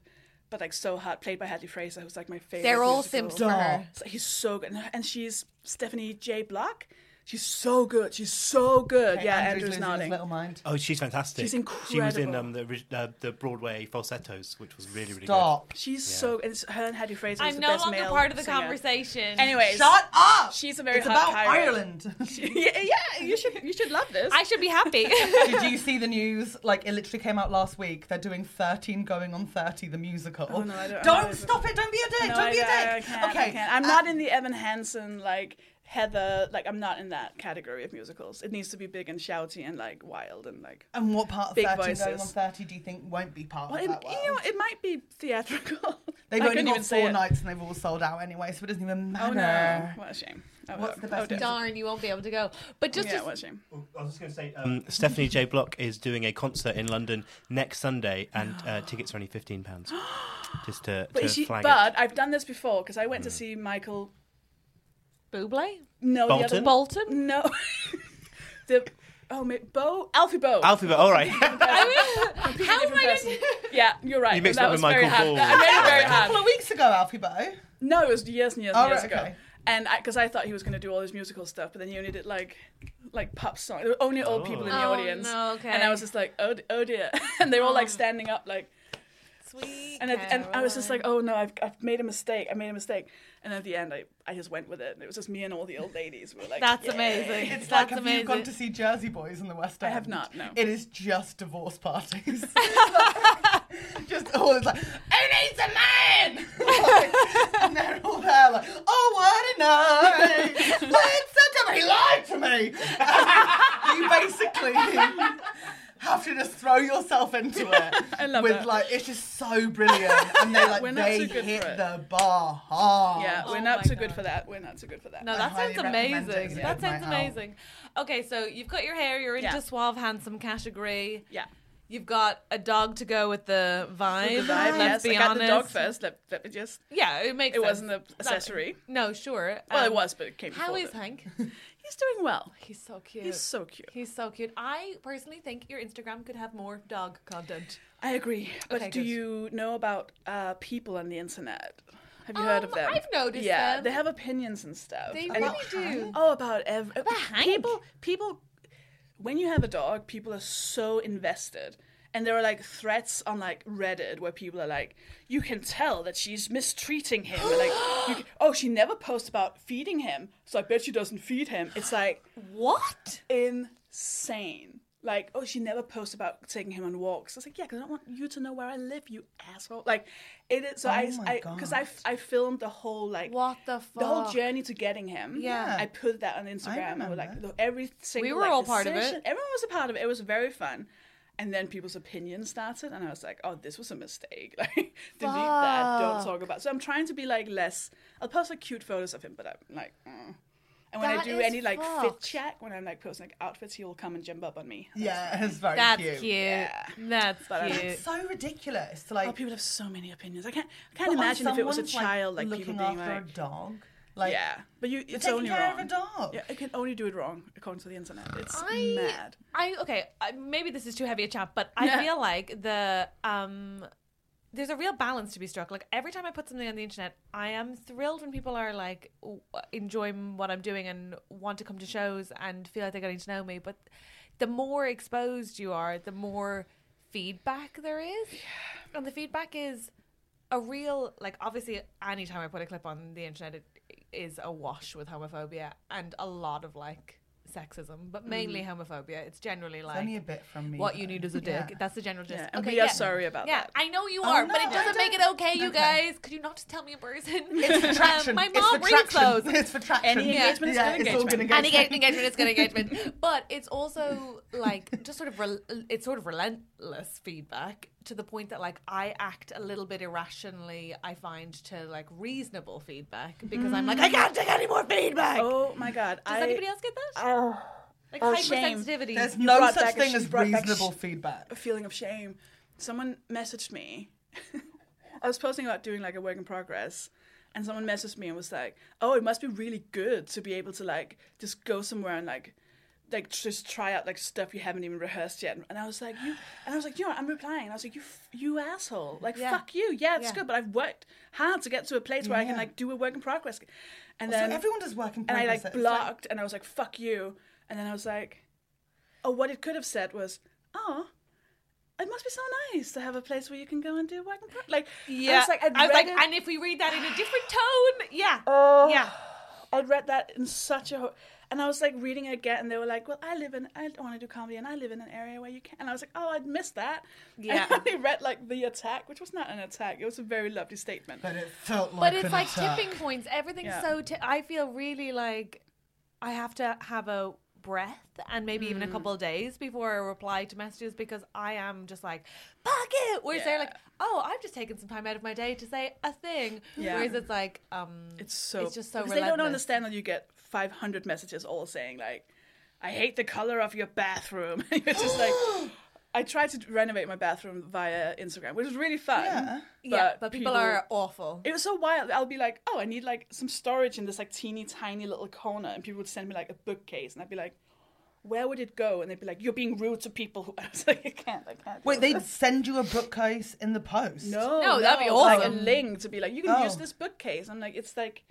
Speaker 6: but like so hot, played by Hadley Fraser, who's like my favorite.
Speaker 3: They're all
Speaker 6: musical.
Speaker 3: simps for her.
Speaker 6: It's like, he's so good, and- and she's Stephanie J. Block. She's so good. She's so good. yeah, Andrew's,
Speaker 2: losing his
Speaker 6: nodding.
Speaker 2: little mind.
Speaker 4: Oh, she's fantastic.
Speaker 6: She's
Speaker 4: She was in
Speaker 6: incredible.
Speaker 4: um, the orig- uh, the Broadway falsettos, which was really really
Speaker 2: Stop.
Speaker 6: She's so. And it's her and Hadley Fraser. is
Speaker 3: I'm
Speaker 6: the
Speaker 3: no
Speaker 6: best
Speaker 3: longer
Speaker 6: male
Speaker 3: part of the
Speaker 6: singer.
Speaker 3: conversation.
Speaker 6: Anyways,
Speaker 2: Shut up.
Speaker 6: She's a very
Speaker 2: it's
Speaker 6: hot
Speaker 2: about
Speaker 6: pirate.
Speaker 2: Ireland.
Speaker 6: yeah, yeah, you should you should love this.
Speaker 3: I should be happy.
Speaker 2: Did you see the news? Like it literally came out last week. They're doing 13 going on 30 the musical.
Speaker 6: Oh, no, I don't- I
Speaker 2: don't
Speaker 6: don't-
Speaker 2: stop it. Don't be a dick.
Speaker 6: No,
Speaker 2: don't
Speaker 6: I
Speaker 2: be a dick.
Speaker 6: I can't,
Speaker 2: okay.
Speaker 6: I can't. Uh, I'm not in the Evan Hansen like Heather. Like I'm not in that category of musicals. It needs to be big and shouty and like wild and like.
Speaker 2: And what part of
Speaker 6: Big
Speaker 2: 13 going
Speaker 6: voices.
Speaker 2: on 30 do you think won't be part
Speaker 6: Well,
Speaker 2: of
Speaker 6: it,
Speaker 2: that
Speaker 6: you know,
Speaker 2: world?
Speaker 6: it might be theatrical.
Speaker 2: They've
Speaker 6: I
Speaker 2: only
Speaker 6: couldn't
Speaker 2: got
Speaker 6: even say
Speaker 2: four
Speaker 6: it.
Speaker 2: nights and they've all sold out anyway, so it doesn't even matter.
Speaker 6: Oh no! What a shame. Oh,
Speaker 2: What's
Speaker 6: well.
Speaker 2: the best
Speaker 6: Oh, dear.
Speaker 2: musical?
Speaker 3: Darn, you won't be able to go. But just
Speaker 6: Yeah,
Speaker 3: to
Speaker 6: what a shame.
Speaker 4: good. I was just going to say, um, Stephanie J. Block is doing a concert in London next Sunday, and uh, tickets are only fifteen pounds. Just to,
Speaker 6: But,
Speaker 4: to
Speaker 6: is she,
Speaker 4: flag
Speaker 6: but I've done this before because I went
Speaker 4: Mm.
Speaker 6: to see Michael.
Speaker 3: Buble?
Speaker 6: No,
Speaker 4: Bolton?
Speaker 6: the other
Speaker 3: Bolton?
Speaker 6: No, the oh, ma- Bo Alfie Bo.
Speaker 4: it. Alphabet. All right.
Speaker 3: How am I
Speaker 6: Person. yeah, you're right.
Speaker 4: You mixed
Speaker 6: that
Speaker 4: up with
Speaker 6: was very
Speaker 4: Michael
Speaker 6: hard.
Speaker 4: Ball.
Speaker 6: I made it very
Speaker 2: A
Speaker 6: hard.
Speaker 2: couple of weeks ago, Alfie Bow.
Speaker 6: No, it was years and years
Speaker 2: Oh,
Speaker 6: and years
Speaker 2: right,
Speaker 6: ago.
Speaker 2: okay.
Speaker 6: And because I, thought he was going to do all his musical stuff, but then he only did like, like pop song. There were only old people in the
Speaker 3: Oh,
Speaker 6: audience,
Speaker 3: no, okay. Oh.
Speaker 6: and I was just like, oh, d- oh dear. and they were all like standing up, like,
Speaker 3: Sweet
Speaker 6: and at, and I was just like, oh no, I've, I've made a mistake. I made a mistake. And at the end, I, I just went with it, and it was just me and all the old ladies. We were like,
Speaker 3: That's
Speaker 6: "Yay."
Speaker 3: amazing.
Speaker 2: It's
Speaker 3: That's
Speaker 2: like, have
Speaker 3: amazing.
Speaker 2: you gone to see Jersey Boys in the West End?
Speaker 6: have not, no.
Speaker 2: It is just divorce parties. just all it's like, who needs a man? Like, and they're all there like, oh, what a night. Wait, September, he lied to me. you basically have to just throw yourself into it.
Speaker 6: I love
Speaker 2: with
Speaker 6: that.
Speaker 2: like, it's just so brilliant. And they like,
Speaker 6: We're not
Speaker 2: they
Speaker 6: so good
Speaker 2: hit
Speaker 6: for it.
Speaker 2: the bar hard.
Speaker 6: Yeah,
Speaker 3: Oh
Speaker 6: we're not
Speaker 3: my
Speaker 6: so good
Speaker 3: God.
Speaker 6: for that. We're not so good for that.
Speaker 3: No,
Speaker 2: I
Speaker 3: that
Speaker 2: highly
Speaker 3: sounds
Speaker 2: recommend it as
Speaker 3: amazing.
Speaker 2: a
Speaker 3: That
Speaker 2: good night
Speaker 3: sounds
Speaker 2: out.
Speaker 3: amazing. Okay, so you've got your hair, you're into
Speaker 6: Yeah.
Speaker 3: suave, handsome category.
Speaker 6: Yeah.
Speaker 3: You've got a dog to go with the vibe.
Speaker 6: The vibe,
Speaker 3: let's
Speaker 6: yes.
Speaker 3: be
Speaker 6: I got
Speaker 3: honest.
Speaker 6: the dog first. Let, let me just.
Speaker 3: Yeah, it makes
Speaker 6: It
Speaker 3: sense.
Speaker 6: wasn't an
Speaker 3: That-
Speaker 6: accessory.
Speaker 3: No, sure.
Speaker 6: Well, it
Speaker 3: Um,
Speaker 6: was, but it came before.
Speaker 3: How is
Speaker 6: that.
Speaker 3: Hank?
Speaker 6: He's doing well.
Speaker 3: He's so cute.
Speaker 6: He's so cute.
Speaker 3: He's so cute. I personally think your Instagram could have more dog content.
Speaker 6: I agree. But
Speaker 3: Okay,
Speaker 6: do
Speaker 3: good.
Speaker 6: you know about uh, people on the internet? Have you
Speaker 3: Um,
Speaker 6: heard of them?
Speaker 3: I've noticed
Speaker 6: Yeah,
Speaker 3: them.
Speaker 6: they have opinions and stuff.
Speaker 3: They
Speaker 6: And-
Speaker 3: really do.
Speaker 6: Oh, about ev-
Speaker 3: Hank.
Speaker 6: people. People. When you have a dog, people are so invested. And there are like threats on like Reddit where people are like, you can tell that she's mistreating him. and, like, you can, oh, she never posts about feeding him, so I bet she doesn't feed him. It's like,
Speaker 3: What?
Speaker 6: insane. Like, oh, she never posts about taking him on walks. I was like, yeah, because I don't want you to know where I live, you asshole. Like, it is. So I,
Speaker 2: my
Speaker 6: I, because I, I filmed the whole like
Speaker 3: What the
Speaker 6: the whole
Speaker 3: fuck?
Speaker 6: journey to getting him.
Speaker 3: Yeah.
Speaker 6: I put that on Instagram. I,
Speaker 2: remember.
Speaker 6: was like, the- every single
Speaker 3: were
Speaker 6: like,
Speaker 3: all part of it.
Speaker 6: decision- Everyone was a part of it. It was very fun. And then people's opinions started, and I was like, "Oh, this was a mistake. Like, delete that. Don't talk about." So I'm trying to be like less. I'll post like cute photos of him, but I'm like, mm. and when I
Speaker 3: That
Speaker 6: do
Speaker 3: is
Speaker 6: any like fit
Speaker 3: fucked.
Speaker 6: check, when I'm like posting like outfits, he will come and jump up on me.
Speaker 2: Yeah, it's very
Speaker 3: That's
Speaker 2: cute.
Speaker 3: cute. That's
Speaker 6: But I'm-
Speaker 3: cute.
Speaker 2: So ridiculous. to, Like,
Speaker 6: Oh, people have so many opinions. I can't. I can't
Speaker 2: But on
Speaker 6: imagine if it was a
Speaker 2: someone's, like,
Speaker 6: child, like, people
Speaker 2: looking
Speaker 6: being
Speaker 2: after
Speaker 6: like,
Speaker 2: a dog. Like,
Speaker 6: yeah. But you, it's
Speaker 2: taking
Speaker 6: only
Speaker 2: care of
Speaker 6: wrong.
Speaker 2: a dog.
Speaker 6: Yeah, you can only do it wrong according to the internet. It's
Speaker 3: I,
Speaker 6: mad.
Speaker 3: I okay. I, maybe this is too heavy a chat, but I
Speaker 6: Yeah.
Speaker 3: feel like the um, there's a real balance to be struck. Like every time I put something on the internet, I am thrilled when people are like w- enjoying what I'm doing and want to come to shows and feel like they're getting to know me. But the more exposed you are, the more feedback there is, and the feedback is a real like obviously anytime i put a clip on the internet it is awash with homophobia and a lot of like sexism
Speaker 6: Mm-hmm.
Speaker 3: but mainly homophobia it's generally like
Speaker 2: only a bit from me,
Speaker 3: what you
Speaker 2: though.
Speaker 3: need is a dick
Speaker 2: Yeah. Oh,
Speaker 3: that's the general gist
Speaker 6: Yeah, and we are sorry about
Speaker 3: yeah
Speaker 6: that.
Speaker 3: i know you are but
Speaker 2: no,
Speaker 3: it
Speaker 2: I
Speaker 3: doesn't make it okay you guys could you not just tell me in person it's
Speaker 2: Traction.
Speaker 3: my
Speaker 2: It's
Speaker 3: mom
Speaker 2: for
Speaker 3: reads
Speaker 2: traction.
Speaker 3: those
Speaker 2: It's for traction.
Speaker 6: Any engagement is
Speaker 2: yeah,
Speaker 6: good
Speaker 2: it's all good
Speaker 6: engagement.
Speaker 3: and
Speaker 2: engagement.
Speaker 3: engagement, engagement is good engagement. But it's also like just sort of rel- it's sort of relentless feedback to the point that like I act a little bit irrationally. I find to like reasonable feedback because I'm like I can't take any more feedback.
Speaker 6: Oh my god.
Speaker 3: Does
Speaker 6: I,
Speaker 3: anybody else get that?
Speaker 6: Oh,
Speaker 3: Like
Speaker 6: oh, shame.
Speaker 3: hypersensitivity.
Speaker 2: There's
Speaker 6: You
Speaker 2: no
Speaker 6: brought
Speaker 2: such
Speaker 6: back a
Speaker 2: thing
Speaker 6: sh-
Speaker 2: as
Speaker 6: brought back sh-
Speaker 2: reasonable feedback.
Speaker 6: a feeling of shame. Someone messaged me. I was posting about doing like a work in progress, and someone messaged me and was like, "Oh, it must be really good to be able to like just go somewhere and like." Like just try out like stuff you haven't even rehearsed yet, and I was like, you, and I was like, you know, what, I'm replying. I was like, you, f- you asshole, like
Speaker 3: Yeah.
Speaker 6: fuck you. Yeah, it's
Speaker 3: Yeah.
Speaker 6: good, but I've worked hard to get to a place where I can
Speaker 2: Yeah.
Speaker 6: like do a work in progress. And
Speaker 2: Also,
Speaker 6: then
Speaker 2: everyone does work in
Speaker 6: And I
Speaker 2: progress,
Speaker 6: like
Speaker 2: it's like-
Speaker 6: blocked, and I was like, fuck you. And then I was like, oh, what it could have said was, oh, it must be so nice to have a place where you can go and do work in progress. Like, I was like, I'd read it-
Speaker 3: and if we read that in a different tone, yeah,
Speaker 6: Oh.
Speaker 3: yeah.
Speaker 6: I read that in such a, ho- and I was like reading it again, and they were like, "Well, I live in, I want to do comedy, and I live in an area where you can." And I was like, "Oh, I'd missed that."
Speaker 3: Yeah.
Speaker 6: And I only read like the attack, which was not an attack. It was a very lovely statement.
Speaker 2: But it felt like.
Speaker 3: But it's
Speaker 2: an
Speaker 3: like
Speaker 2: attack.
Speaker 3: tipping points. Everything's
Speaker 6: Yeah.
Speaker 3: so. T- I feel really like I have to have a breath and maybe
Speaker 6: Mm.
Speaker 3: even a couple of days before I reply to messages because I am just like, fuck it. Whereas they're like,
Speaker 6: Yeah.
Speaker 3: oh, I've just taken some time out of my day to say a thing.
Speaker 6: Yeah.
Speaker 3: Whereas it's like, um,
Speaker 6: It's so
Speaker 3: It's just so
Speaker 6: because they don't
Speaker 3: relentless.
Speaker 6: understand that you get 500 messages all saying like, "I hate the color of your bathroom." it's just like. I tried to renovate my bathroom via Instagram, which was really fun.
Speaker 2: Yeah.
Speaker 3: yeah, but people, are awful.
Speaker 6: It was so wild. I'll be like, "Oh, I need like some storage in this like teeny tiny little corner," and people would send me like a bookcase, and I'd be like, "Where would it go?" And they'd be like, "You're being rude to people." Who... I was like, "I can't, I can't." do
Speaker 2: Wait,
Speaker 6: this."
Speaker 2: they'd send you a bookcase in the post.
Speaker 6: No,
Speaker 3: No, that'd be
Speaker 6: Like a
Speaker 3: awesome.
Speaker 6: link to be like, you can
Speaker 2: Oh.
Speaker 6: use this bookcase. I'm like, it's like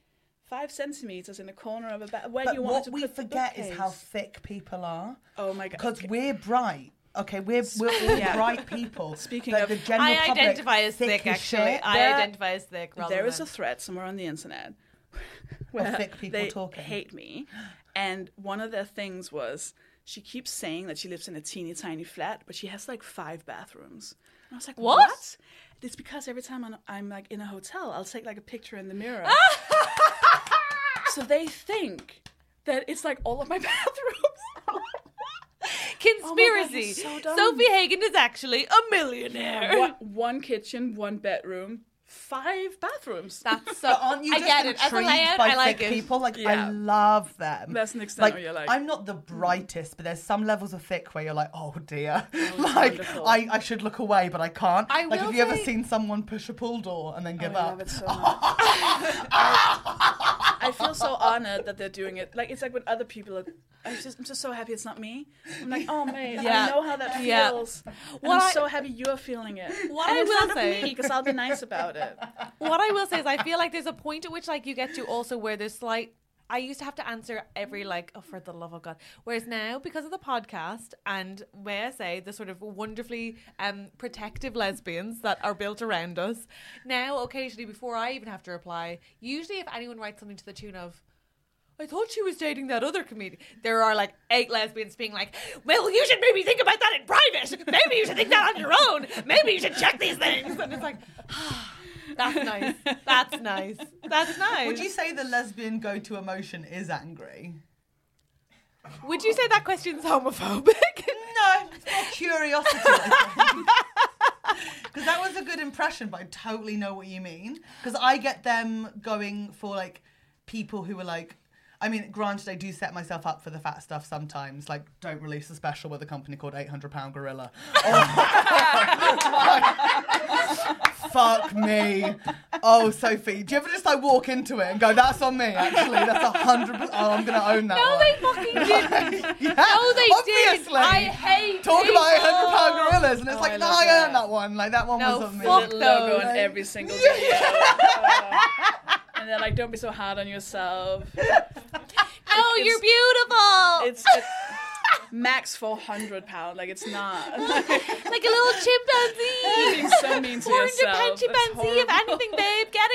Speaker 6: five centimeters in the corner of a bed. Where do
Speaker 2: But
Speaker 6: you want
Speaker 2: what
Speaker 6: to
Speaker 2: we
Speaker 6: put the
Speaker 2: forget is how
Speaker 6: bookcase?
Speaker 2: thick people are.
Speaker 6: Oh my God,
Speaker 2: Because
Speaker 6: okay.
Speaker 2: we're bright. Okay, we're we're all
Speaker 6: Yeah.
Speaker 2: bright people.
Speaker 6: Speaking
Speaker 2: but
Speaker 6: of-
Speaker 2: the general
Speaker 3: I
Speaker 2: public,
Speaker 3: identify as thick,
Speaker 2: as
Speaker 3: actually.
Speaker 2: shit.
Speaker 3: I
Speaker 6: There-
Speaker 3: identify as thick. Rather
Speaker 6: There is
Speaker 3: than-
Speaker 6: a thread somewhere on the internet where
Speaker 2: thick people
Speaker 6: Uh, they
Speaker 2: talking.
Speaker 6: hate me, and one of their things was she keeps saying that she lives in a teeny tiny flat, but she has like five bathrooms. And I was like,
Speaker 3: What?
Speaker 6: what? It's because every time I'm, I'm like in a hotel, I'll take like a picture in the mirror. so they think that it's like all of my bathrooms.
Speaker 3: Conspiracy.
Speaker 6: Oh my God, you're so dumb.
Speaker 3: Sophie Hagen is actually a millionaire.
Speaker 6: one, one kitchen, one bedroom, five bathrooms.
Speaker 3: That's so.
Speaker 2: But aren't you
Speaker 3: I
Speaker 2: just
Speaker 3: get it. As a
Speaker 2: intrigued
Speaker 3: layout,
Speaker 2: by
Speaker 3: I like
Speaker 2: thick
Speaker 3: it.
Speaker 2: people? Like I
Speaker 6: Yeah.
Speaker 2: love them.
Speaker 6: That's an extent where you're like- "Hmm."
Speaker 2: I'm not the brightest, but there's some levels of thick where you're like, oh dear, like
Speaker 6: wonderful.
Speaker 2: I, I should look away, but I can't.
Speaker 3: I
Speaker 2: like
Speaker 3: will
Speaker 2: have you ever
Speaker 3: say-
Speaker 2: seen someone push a pull door and then give
Speaker 6: Oh, I
Speaker 2: up?
Speaker 6: love it so much. I, I feel so honored that they're doing it. Like it's like when other people are. I'm just, I'm just so happy it's not me. I'm like, oh man,
Speaker 3: Yeah.
Speaker 6: I know how that
Speaker 3: Yeah.
Speaker 6: feels. And
Speaker 3: What
Speaker 6: I'm
Speaker 3: I-
Speaker 6: so happy you're feeling it.
Speaker 3: What
Speaker 6: and
Speaker 3: I
Speaker 6: it's
Speaker 3: will
Speaker 6: not
Speaker 3: say-
Speaker 6: because I'll be nice about it.
Speaker 3: what I will say is I feel like there's a point at which like you get to also where there's like I used to have to answer every like oh for the love of God. Whereas now because of the podcast and may I say the sort of wonderfully um protective lesbians that are built around us, now occasionally before I even have to reply, usually if anyone writes something to the tune of I thought she was dating that other comedian. There are like eight lesbians being like, well, you should maybe think about that in private. Maybe you should think that on your own. Maybe you should check these things. And it's like, ah, that's nice. That's nice. That's nice.
Speaker 2: Would you say the lesbian go-to emotion is angry?
Speaker 3: Would you say that question's homophobic?
Speaker 2: No, it's more curiosity. Because that was a good impression, but I totally know what you mean. Because I get them going for like people who are like, I mean, granted, I do set myself up for the fat stuff sometimes. Like, don't release a special with a company called 800 Pound Gorilla. Oh, Fuck me. Oh, Sophie, do you ever just like walk into it and go, that's on me, actually? That's 100%. Oh, I'm going to own that
Speaker 3: No,
Speaker 2: one.
Speaker 3: they fucking didn't.
Speaker 2: Yeah,
Speaker 3: No, they
Speaker 2: obviously.
Speaker 3: didn't. I hate
Speaker 2: Talk about
Speaker 3: people.
Speaker 2: 800 pound gorillas, and it's like,
Speaker 6: I
Speaker 2: no,
Speaker 6: love
Speaker 2: I
Speaker 6: that.
Speaker 2: earned that one. Like, that one
Speaker 3: No,
Speaker 2: was on me.
Speaker 3: fuck
Speaker 6: The logo
Speaker 3: those.
Speaker 6: on every single video. Uh, and they're like, don't be so hard on yourself.
Speaker 3: No, Oh, you're beautiful.
Speaker 6: It's it's max 400 pound. Like it's not.
Speaker 3: like a little chimpanzee.
Speaker 6: Being so mean to
Speaker 3: Born to
Speaker 6: yourself.
Speaker 3: Punchy
Speaker 6: That's
Speaker 3: Pansy, if
Speaker 6: horrible.
Speaker 3: anything, babe, get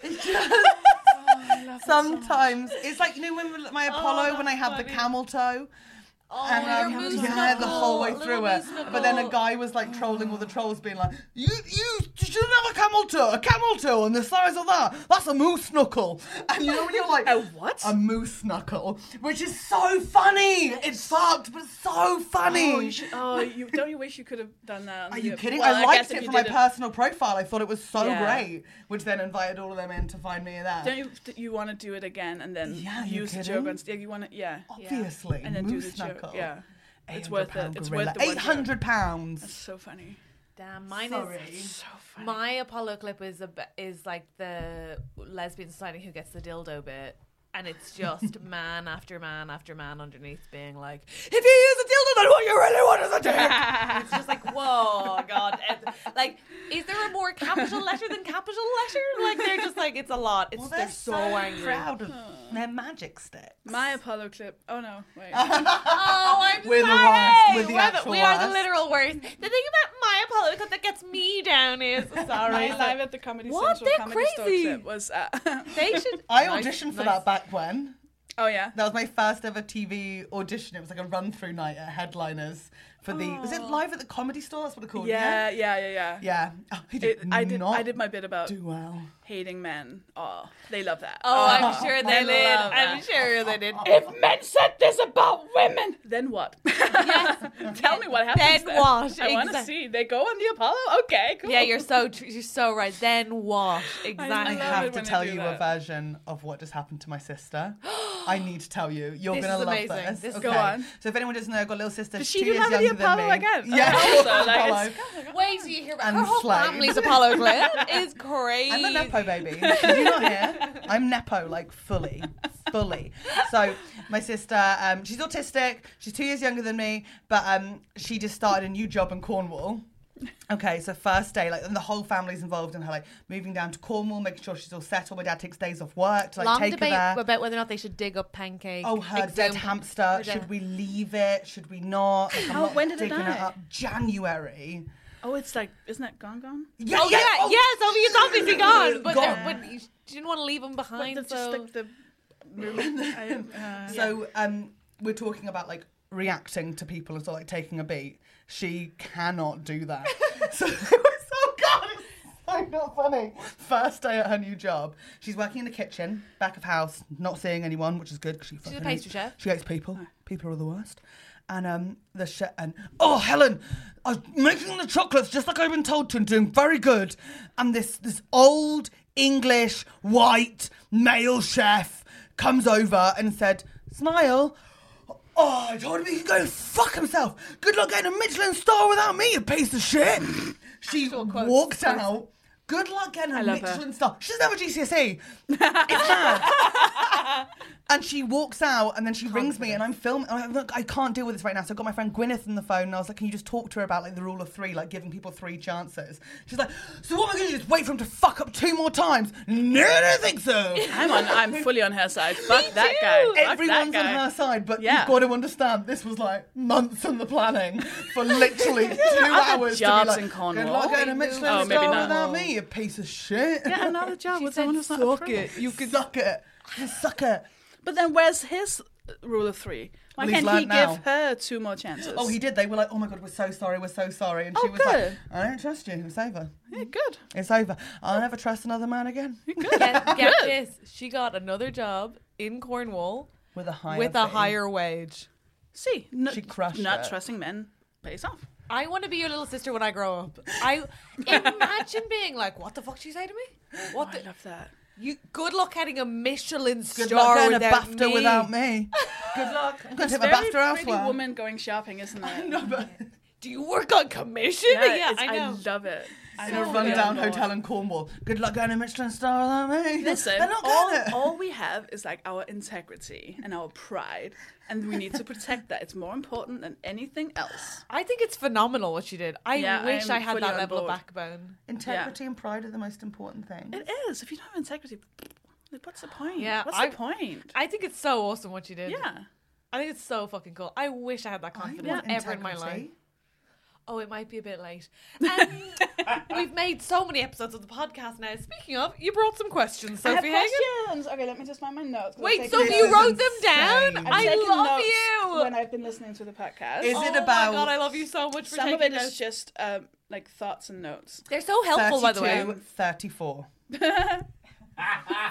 Speaker 3: it, girl, boss.
Speaker 2: Sometimes it's like, you know, when we- my Apollo, when I have the camel toe. and um,
Speaker 3: your moose
Speaker 2: yeah, the whole way
Speaker 3: knuckle,
Speaker 2: through
Speaker 3: little
Speaker 2: it.
Speaker 3: moose knuckle.
Speaker 2: But then a guy was like trolling all the trolls, being like, "You, you shouldn't have a camel toe. A camel toe and the size of that. That's a moose knuckle." And you know when you're like,
Speaker 6: A what?
Speaker 2: A moose knuckle, which is so funny. It's fucked, but it's so funny.
Speaker 6: Oh, you should, oh, you don't you wish you could have done that?
Speaker 2: Are you kidding? I
Speaker 6: Well,
Speaker 2: liked
Speaker 6: guess if
Speaker 2: it
Speaker 6: you
Speaker 2: for my
Speaker 6: did
Speaker 2: personal profile. I thought it was so
Speaker 6: Yeah.
Speaker 2: great, which then invited all of them in to find me there.
Speaker 6: Don't you th- you want to do it again and then
Speaker 2: Yeah, you
Speaker 6: use the
Speaker 2: kidding?
Speaker 6: joke on stage? You want to yeah,
Speaker 2: Obviously,
Speaker 6: and then do
Speaker 2: moose
Speaker 6: the joke.
Speaker 2: knuckle.
Speaker 6: Yeah, it's
Speaker 2: 800
Speaker 6: worth it.
Speaker 2: pound
Speaker 6: It's
Speaker 2: gorilla.
Speaker 6: worth the one joke.
Speaker 2: 800 pounds.
Speaker 6: So funny.
Speaker 3: Damn, mine
Speaker 2: Sorry.
Speaker 3: is my Apollo clip is a bit- is like the lesbian society who gets the dildo bit. And it's just man after man after man underneath being like, if you use a dildo, then what you really want is a dick. it's just like, whoa, God. And, like, is there a more capital letter than capital letter? Like, they're just like, it's a lot. It's,
Speaker 2: Well,
Speaker 3: they're, so, angry.
Speaker 2: proud of their magic sticks.
Speaker 6: My Apollo clip. Oh no, wait.
Speaker 3: Oh, I'm
Speaker 2: We're the
Speaker 3: sorry.
Speaker 2: worst. We're the
Speaker 3: We're
Speaker 2: actual
Speaker 3: we are the
Speaker 2: worst.
Speaker 3: literal worst. The thing about my Apollo clip that gets me down is, sorry.
Speaker 6: My live at the Comedy
Speaker 3: What?
Speaker 6: Central
Speaker 3: They're
Speaker 6: Comedy
Speaker 3: crazy.
Speaker 6: Store clip was. Uh,
Speaker 3: They should.
Speaker 2: I
Speaker 3: Nice,
Speaker 2: auditioned for
Speaker 3: nice.
Speaker 2: that back when.
Speaker 6: oh yeah.
Speaker 2: That was my first ever TV audition. It was like a run through night at Headliners for the. Was it live at the comedy store? That's what it called.
Speaker 6: Yeah, yeah, yeah, yeah.
Speaker 2: Yeah. Oh, I did,
Speaker 6: It, I did.
Speaker 2: not
Speaker 6: I did my bit about
Speaker 2: do well.
Speaker 6: hating men. Oh, they love that.
Speaker 3: Oh, I'm sure they
Speaker 6: love
Speaker 3: did.
Speaker 6: that.
Speaker 3: I'm sure they did.
Speaker 6: If men said this about women, then what? Tell me what happens.
Speaker 3: Then what?
Speaker 6: I want to
Speaker 3: Exact-
Speaker 6: see. They go on the Apollo. Okay, cool.
Speaker 3: yeah, you're so tr- you're so right. Then what?
Speaker 2: I
Speaker 3: Exactly.
Speaker 6: love it
Speaker 2: have to
Speaker 6: when they
Speaker 2: tell
Speaker 6: do
Speaker 2: you a
Speaker 6: that.
Speaker 2: version of what just happened to my sister. I need to tell you. You're
Speaker 3: This
Speaker 2: gonna
Speaker 3: is
Speaker 2: love
Speaker 3: amazing.
Speaker 2: this.
Speaker 3: This-
Speaker 2: okay.
Speaker 3: go
Speaker 6: on.
Speaker 2: So if anyone doesn't know, I've got a little sister.
Speaker 6: Does she
Speaker 2: two
Speaker 6: do
Speaker 2: years
Speaker 6: have the
Speaker 2: younger than
Speaker 6: Apollo
Speaker 2: me.
Speaker 6: again?
Speaker 2: Yeah.
Speaker 6: Also, like,
Speaker 2: Apollo.
Speaker 6: it's-
Speaker 3: Wait till you hear about
Speaker 2: And
Speaker 3: her whole
Speaker 2: slave.
Speaker 3: family's Apollo clip is crazy.
Speaker 2: I'm a Nepo baby. You're not here. I'm Nepo, like fully. Fully. So my sister, um, she's autistic. She's two years younger than me, but um, she just started a new job in Cornwall. Okay, so first day, like, and the whole family's involved in her, like, moving down to Cornwall, making sure she's all settled. My dad takes days off work to, like,
Speaker 3: Long
Speaker 2: take
Speaker 3: debate
Speaker 2: her there.
Speaker 3: about whether or not they should dig up pancake.
Speaker 2: Oh, her
Speaker 3: exhume-
Speaker 2: dead hamster.
Speaker 3: her dead-
Speaker 2: Should we leave it? Should we not? Like, I'm
Speaker 6: How-
Speaker 2: not
Speaker 6: when did it
Speaker 2: digging
Speaker 6: die?
Speaker 2: up. January.
Speaker 6: oh, it's like, isn't that Gone Gone?
Speaker 2: Yeah,
Speaker 3: Oh yeah, yeah. so it's obviously gone, but,
Speaker 2: Gone.
Speaker 3: they're- but you didn't want to leave them
Speaker 6: What,
Speaker 3: behind.
Speaker 6: the-
Speaker 3: so
Speaker 6: just like the. I, uh,
Speaker 2: So um, we're talking about like reacting to people and so like taking a beat. She cannot do that. so it was oh god, it's so not funny. First day at her new job, she's working in the kitchen, back of house, not seeing anyone, which is good because she
Speaker 3: a
Speaker 2: fucking
Speaker 3: pastry
Speaker 2: hates-
Speaker 3: chef.
Speaker 2: She hates people. People are the worst. And um, the chef and oh Helen, I'm making the chocolates just like I've been told to and doing very good. And this this old English white male chef comes over and said, "Smile." Oh, I told him he could go fuck himself. Good luck getting a Michelin star without me, you piece of shit. She walked out. Good luck getting a
Speaker 6: love her.
Speaker 2: Michelin star. She doesn't have a GCSE. E. It's mad. and she walks out, and then she rings me, and I'm filming. I'm like, I can't deal with this right now. So I got my friend Gwyneth on the phone, and I was like, "Can you just talk to her about like the rule of three, like giving people three chances?" She's like, "So what am I going to do? Just wait for him to fuck up two more times?" No, I don't think so.
Speaker 6: I'm on. I'm fully on her side. Fuck that
Speaker 3: too.
Speaker 6: guy. Fuck
Speaker 2: Everyone's
Speaker 6: that
Speaker 2: on
Speaker 6: guy.
Speaker 2: her side, but
Speaker 6: Yeah.
Speaker 2: you've got to understand this was like months in the planning for literally two hours. to
Speaker 6: jobs
Speaker 2: be like,
Speaker 6: in Cornwall.
Speaker 2: Good luck getting a Michelin
Speaker 6: Oh, maybe
Speaker 2: star
Speaker 6: not.
Speaker 2: without me, you piece of shit.
Speaker 6: Yeah, another job with
Speaker 3: said
Speaker 6: someone who's not
Speaker 2: suck
Speaker 6: from-
Speaker 2: it. You can suck it. You suck it.
Speaker 6: But then where's his rule of three? Why
Speaker 2: Well, he's
Speaker 6: can't he
Speaker 2: learned now.
Speaker 6: give her two more chances?
Speaker 2: Oh, he did. They were like, "Oh my god, we're so sorry, we're so sorry," and she
Speaker 6: Oh,
Speaker 2: was like,
Speaker 6: good.
Speaker 2: "I don't trust you. It's over.
Speaker 6: Yeah, good.
Speaker 2: It's over. I'll never trust another man again."
Speaker 3: get, get this. She got another job in Cornwall
Speaker 2: With a higher.
Speaker 3: with a
Speaker 2: fee.
Speaker 3: higher wage.
Speaker 6: See, no,
Speaker 2: She crushed
Speaker 6: not
Speaker 2: it.
Speaker 6: trusting men pays off.
Speaker 3: I want to be your little sister when I grow up. I imagine being like, "What the fuck did she say to me? What the,
Speaker 6: I love that.
Speaker 3: you? Good luck getting a Michelin
Speaker 2: Good
Speaker 3: star
Speaker 2: luck getting a
Speaker 3: without
Speaker 2: BAFTA
Speaker 3: me.
Speaker 2: without me. Good luck. I'm gonna take my BAFTA
Speaker 6: Very pretty
Speaker 2: elsewhere.
Speaker 6: woman going shopping, isn't it?
Speaker 2: No, but
Speaker 3: Do you work on commission?
Speaker 6: Yeah,
Speaker 3: Yeah,
Speaker 6: it's-
Speaker 3: I know.
Speaker 6: love it. I
Speaker 2: in a
Speaker 3: Oh,
Speaker 6: love
Speaker 2: rundown
Speaker 6: it.
Speaker 2: hotel in Cornwall. Good luck getting a Michelin star without me.
Speaker 6: Listen,
Speaker 2: they're not
Speaker 6: all,
Speaker 2: getting it.
Speaker 6: all we have is like our integrity and our pride, and we need to protect that. It's more important than anything else.
Speaker 3: I think it's phenomenal what she did. I
Speaker 6: Yeah, I
Speaker 3: wish
Speaker 6: am
Speaker 3: I had
Speaker 6: fully
Speaker 3: that
Speaker 6: on
Speaker 3: level
Speaker 6: board.
Speaker 3: of backbone.
Speaker 2: Integrity and pride are the most important things.
Speaker 6: It is. If you don't have integrity, like, what's the point?
Speaker 3: Yeah,
Speaker 6: what's
Speaker 3: I-
Speaker 6: the point?
Speaker 3: I think it's so awesome what she did.
Speaker 6: yeah.
Speaker 3: I think it's so fucking cool. I wish I had that
Speaker 2: I
Speaker 3: confidence
Speaker 2: want
Speaker 3: ever in my
Speaker 2: integrity.
Speaker 3: life. Oh, it might be a bit late. Um, we've made so many episodes of the podcast now. Speaking of, you brought some questions,
Speaker 6: I have
Speaker 3: Sophie Hagen.
Speaker 6: questions. Okay, let me just find my notes. 'cause I've
Speaker 3: Wait,
Speaker 6: taken
Speaker 3: Sophie,
Speaker 2: this
Speaker 3: you
Speaker 2: is
Speaker 6: notes.
Speaker 3: wrote them
Speaker 2: insane.
Speaker 3: down.
Speaker 2: I've
Speaker 3: I
Speaker 6: taken
Speaker 3: love
Speaker 6: notes
Speaker 3: you.
Speaker 6: When I've been listening to the podcast,
Speaker 2: Is
Speaker 3: oh
Speaker 2: it
Speaker 3: my
Speaker 2: about
Speaker 3: god, I love you so much for
Speaker 6: some of
Speaker 3: taking
Speaker 6: it
Speaker 3: notes.
Speaker 6: is just um, like thoughts and notes.
Speaker 3: They're so helpful, by the way.
Speaker 2: 32, 34.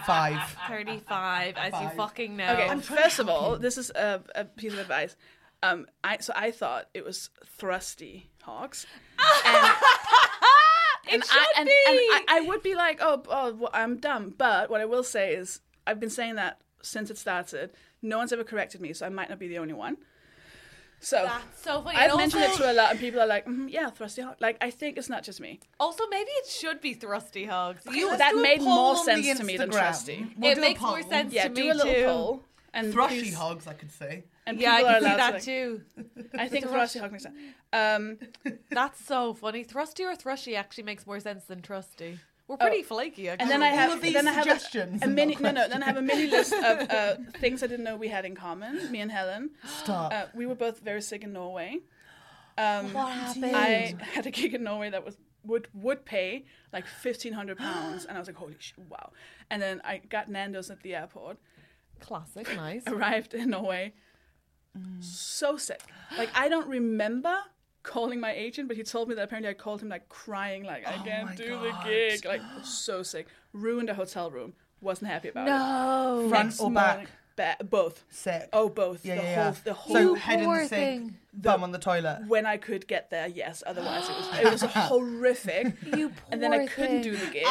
Speaker 2: Five.
Speaker 3: Thirty-five, as you fucking know.
Speaker 6: Okay, first of all, this is a, a piece of advice. Um, I so I thought it was thrusty hogs,
Speaker 3: It
Speaker 6: and
Speaker 3: should
Speaker 6: I and, and
Speaker 3: be.
Speaker 6: I, I would be like, oh, oh, well, I'm dumb. But what I will say is, I've been saying that since it started. No one's ever corrected me, so I might not be the only one. So
Speaker 3: That's so funny.
Speaker 6: I've
Speaker 3: And
Speaker 6: mentioned it
Speaker 3: also-
Speaker 6: to a lot, and people are like, mm, "Yeah, thrusty hog." Like, I think it's not just me.
Speaker 3: Also, maybe it should be thrusty hugs. You
Speaker 2: let's
Speaker 6: that
Speaker 2: do a
Speaker 6: made
Speaker 2: poll
Speaker 6: more
Speaker 2: on
Speaker 6: sense
Speaker 2: the
Speaker 6: to me than
Speaker 2: Instagram.
Speaker 6: trusty.
Speaker 2: We'll
Speaker 3: It
Speaker 2: do a
Speaker 3: makes more
Speaker 2: poll.
Speaker 3: sense
Speaker 6: Yeah,
Speaker 3: to
Speaker 6: do
Speaker 3: me
Speaker 6: a little
Speaker 3: too.
Speaker 6: poll. And
Speaker 2: Thrushy
Speaker 6: please-
Speaker 2: hogs, I could see.
Speaker 6: And
Speaker 3: Yeah, I
Speaker 6: people are
Speaker 3: can see
Speaker 6: allowed
Speaker 3: that
Speaker 6: to, like,
Speaker 3: too.
Speaker 6: I think thrusty hog makes sense. Um,
Speaker 3: That's so funny. Thrusty or thrushy actually makes more sense than trusty. We're pretty flaky, actually.
Speaker 6: Oh. and then I
Speaker 2: all
Speaker 6: have
Speaker 2: of these
Speaker 6: then I have
Speaker 2: suggestions
Speaker 6: a, a
Speaker 2: and
Speaker 6: mini
Speaker 2: not
Speaker 6: no no then I have a mini list of uh, things I didn't know we had in common. Me and Helen,
Speaker 2: Stop.
Speaker 6: uh, we were both very sick in Norway. Um,
Speaker 2: what happened?
Speaker 6: I had a gig in Norway that was would would pay like fifteen hundred pounds, and I was like, holy shit, wow! And then I got Nando's at the airport,
Speaker 3: Classic, nice.
Speaker 6: arrived in Norway,
Speaker 2: Mm.
Speaker 6: so sick. Like I don't remember calling my agent, but he told me that apparently I called him like crying, like I
Speaker 2: Oh my
Speaker 6: can't do
Speaker 2: God.
Speaker 6: the gig, like so sick. Ruined a hotel room. Wasn't happy about it.
Speaker 3: No.
Speaker 2: Front
Speaker 6: Next
Speaker 2: or
Speaker 6: morning-
Speaker 2: back?
Speaker 6: Ba- both.
Speaker 2: Sick.
Speaker 6: Oh, both.
Speaker 2: Yeah,
Speaker 6: the
Speaker 2: yeah,
Speaker 6: whole.
Speaker 2: yeah.
Speaker 6: The whole.
Speaker 2: So
Speaker 3: You
Speaker 2: head in
Speaker 3: poor
Speaker 2: the sink,
Speaker 3: thing.
Speaker 2: bum on the toilet.
Speaker 6: when I could get there, yes. Otherwise, it was it was horrific.
Speaker 3: You
Speaker 6: and then I
Speaker 3: poor
Speaker 6: couldn't
Speaker 3: thing.
Speaker 6: do the gig.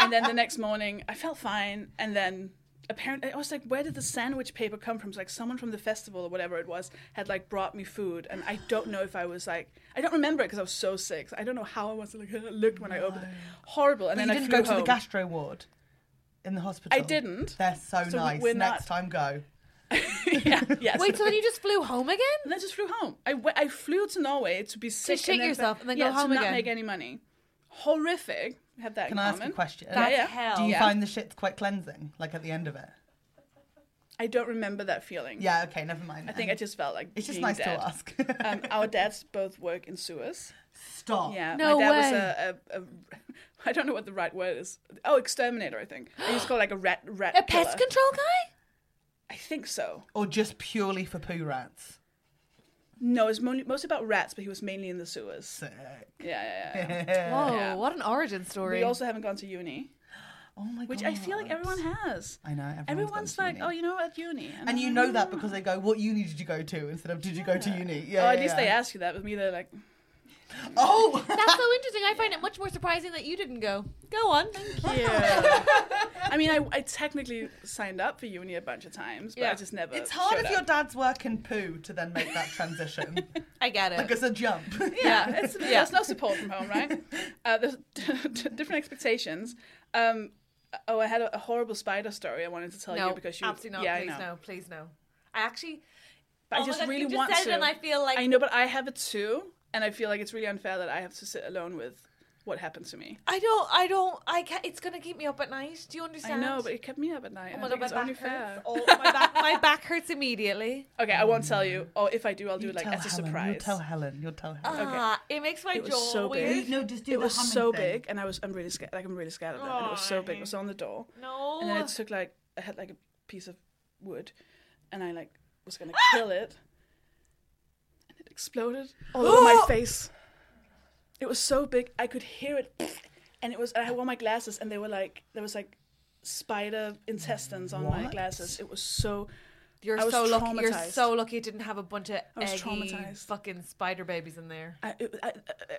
Speaker 6: and then the next morning, I felt fine. And then apparently, I was like, "Where did the sandwich paper come from?" It's like someone from the festival or whatever it was had like brought me food, and I don't know if I was like, I don't remember it because I was so sick. I don't know how I was like looked when I opened it. Horrible. And
Speaker 2: But
Speaker 6: then
Speaker 2: you
Speaker 6: I
Speaker 2: didn't
Speaker 6: flew
Speaker 2: go to the
Speaker 6: home.
Speaker 2: gastro ward in the hospital.
Speaker 6: I didn't.
Speaker 2: They're so,
Speaker 6: So we-
Speaker 2: nice.
Speaker 6: we're
Speaker 2: Next
Speaker 6: not-
Speaker 2: time, go.
Speaker 6: yeah. Yes.
Speaker 3: Wait, so then you just flew home again?
Speaker 6: And I just flew home. I, w- I flew to Norway to be sick
Speaker 3: shit
Speaker 6: then-
Speaker 3: yourself and then go
Speaker 6: yeah,
Speaker 3: home
Speaker 6: to
Speaker 3: again.
Speaker 6: not make any money. Horrific. We Have that.
Speaker 2: Can
Speaker 6: in
Speaker 2: I ask a
Speaker 6: common.
Speaker 2: question?
Speaker 6: Yeah,
Speaker 3: That's
Speaker 6: yeah.
Speaker 3: hell.
Speaker 2: Do you
Speaker 6: Yeah.
Speaker 2: find the shit's quite cleansing, like at the end of it?
Speaker 6: I don't remember that feeling.
Speaker 2: Yeah, okay, never mind.
Speaker 6: I think I just felt like
Speaker 2: It's just
Speaker 6: being
Speaker 2: nice
Speaker 6: dead.
Speaker 2: to ask.
Speaker 6: um, our dads both work in sewers.
Speaker 2: Stop.
Speaker 6: Yeah,
Speaker 3: No
Speaker 6: my dad was
Speaker 3: way.
Speaker 6: a, a, a I don't know what the right word is. Oh, exterminator, I think. I used to call it like a rat rat.
Speaker 3: A pest
Speaker 6: killer.
Speaker 3: control guy?
Speaker 6: I think so.
Speaker 2: Or just purely for poo rats.
Speaker 6: No, it's mostly, mostly about rats, but he was mainly in the sewers. Yeah, yeah, yeah.
Speaker 3: Whoa,
Speaker 6: Yeah.
Speaker 3: what an origin story.
Speaker 6: We also haven't gone to uni,
Speaker 2: Oh my
Speaker 6: which
Speaker 2: god.
Speaker 6: I feel like everyone has.
Speaker 2: I know. Everyone's,
Speaker 6: Everyone's
Speaker 2: gone
Speaker 6: like,
Speaker 2: to
Speaker 6: oh,
Speaker 2: uni.
Speaker 6: you know, at uni. And,
Speaker 2: And you
Speaker 6: I'm
Speaker 2: know
Speaker 6: like, "Mm."
Speaker 2: that because they go, what uni did you go to? Instead of, did you go to uni? Yeah.
Speaker 6: Or at
Speaker 2: yeah,
Speaker 6: least
Speaker 2: yeah.
Speaker 6: they ask you that. With me, they're like,
Speaker 2: Oh!
Speaker 3: That's so interesting. I find it much more surprising that you didn't go. Go on. Thank you.
Speaker 6: yeah. I mean, I, I technically signed up for uni a bunch of times, but
Speaker 3: Yeah.
Speaker 6: I just never.
Speaker 2: it's hard
Speaker 6: showed
Speaker 2: if your
Speaker 6: up.
Speaker 2: dad's work in poo to then make that transition.
Speaker 3: I get it.
Speaker 2: like it's a jump.
Speaker 6: yeah, it's, there's no support from home, right? Uh, there's different expectations. Um, oh, I had a, a horrible spider story I wanted to tell
Speaker 3: no,
Speaker 6: you because you
Speaker 3: absolutely not.
Speaker 6: Yeah,
Speaker 3: please
Speaker 6: I know.
Speaker 3: no. Please no. I actually.
Speaker 6: But
Speaker 3: Oh
Speaker 6: I
Speaker 3: my
Speaker 6: just
Speaker 3: God, you
Speaker 6: really
Speaker 3: just
Speaker 6: want
Speaker 3: said it
Speaker 6: to.
Speaker 3: and I feel like-
Speaker 6: I know, but I have it too, and I feel like it's really unfair that I have to sit alone with what happened to me.
Speaker 3: I don't. I don't. I can't. It's gonna keep me up at night. Do you understand?
Speaker 6: I know, but it kept me up at night.
Speaker 3: Oh
Speaker 6: and
Speaker 3: my
Speaker 6: I
Speaker 3: god,
Speaker 6: think
Speaker 3: my
Speaker 6: it's
Speaker 3: back
Speaker 6: only
Speaker 3: hurts.
Speaker 6: fair.
Speaker 3: Oh, my back, my back hurts immediately.
Speaker 6: Okay, I won't tell you. Or if I do, I'll do it like
Speaker 2: Tell
Speaker 6: as a
Speaker 2: Helen.
Speaker 6: surprise.
Speaker 2: You'll tell Helen. You'll tell Helen.
Speaker 3: Ah, it makes my
Speaker 6: It was
Speaker 3: jaw
Speaker 6: so big.
Speaker 3: weird.
Speaker 2: no, Uh, just do
Speaker 6: it
Speaker 2: the
Speaker 6: was
Speaker 2: humming
Speaker 6: so
Speaker 2: thing.
Speaker 6: big, and I was I'm really scared. Like I'm really scared of that. and it was so big. It was on the door.
Speaker 3: No.
Speaker 6: And then it took like I had like a piece of wood, and I like was gonna
Speaker 3: Ah!
Speaker 6: kill it, and it exploded all over my face. It was so big I could hear it, and it was. And I wore my glasses, and they were like there was like spider intestines on my
Speaker 2: What?
Speaker 6: glasses. It was so.
Speaker 3: You're
Speaker 6: I was
Speaker 3: so lucky. You're
Speaker 6: traumatized.
Speaker 3: so lucky it didn't have a bunch of
Speaker 6: was
Speaker 3: eggy
Speaker 6: traumatized.
Speaker 3: fucking spider babies in there.
Speaker 6: I, it, I, uh,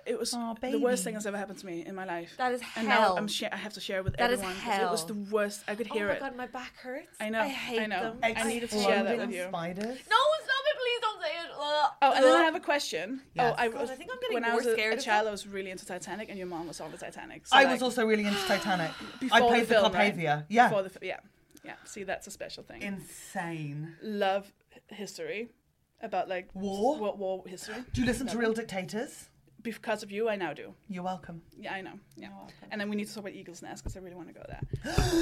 Speaker 6: it was
Speaker 2: Aw,
Speaker 6: the worst thing
Speaker 2: baby.
Speaker 6: that's ever happened to me in my life.
Speaker 3: That is
Speaker 6: And now
Speaker 3: hell.
Speaker 6: I'm share I have to share with
Speaker 3: That is
Speaker 6: everyone. 'cause It was
Speaker 3: hell.
Speaker 6: the worst. I could hear
Speaker 3: oh my
Speaker 6: it.
Speaker 3: god, my back hurts.
Speaker 6: I know,
Speaker 3: I hate
Speaker 6: I know.
Speaker 3: them.
Speaker 6: I needed to share that with
Speaker 2: Exploding
Speaker 6: you.
Speaker 2: Spiders.
Speaker 3: No, stop it! Please don't say it. Ugh.
Speaker 6: Oh, and then I
Speaker 3: Ugh.
Speaker 6: have a question.
Speaker 2: Yes.
Speaker 6: Oh, I,
Speaker 3: God,
Speaker 6: was-
Speaker 3: I think I'm getting
Speaker 6: when I
Speaker 3: more
Speaker 6: was a,
Speaker 3: scared
Speaker 6: a
Speaker 3: of
Speaker 6: child,
Speaker 3: that.
Speaker 6: I was really into Titanic, and your mom was on the Titanic. So
Speaker 2: I
Speaker 6: like,
Speaker 2: was also really into Titanic. I
Speaker 6: before
Speaker 2: played the,
Speaker 6: the film, right?
Speaker 2: Carpathia. Yeah.
Speaker 6: Before the f- yeah, yeah. See, that's a special thing.
Speaker 2: Insane.
Speaker 6: Love history about like
Speaker 2: War?
Speaker 6: war, war history.
Speaker 2: Do you listen to Real Dictators?
Speaker 6: Because of you, I now do.
Speaker 2: You're welcome.
Speaker 6: Yeah, I know. Yeah, and then we need to talk about Eagles Nest because I really want to go there.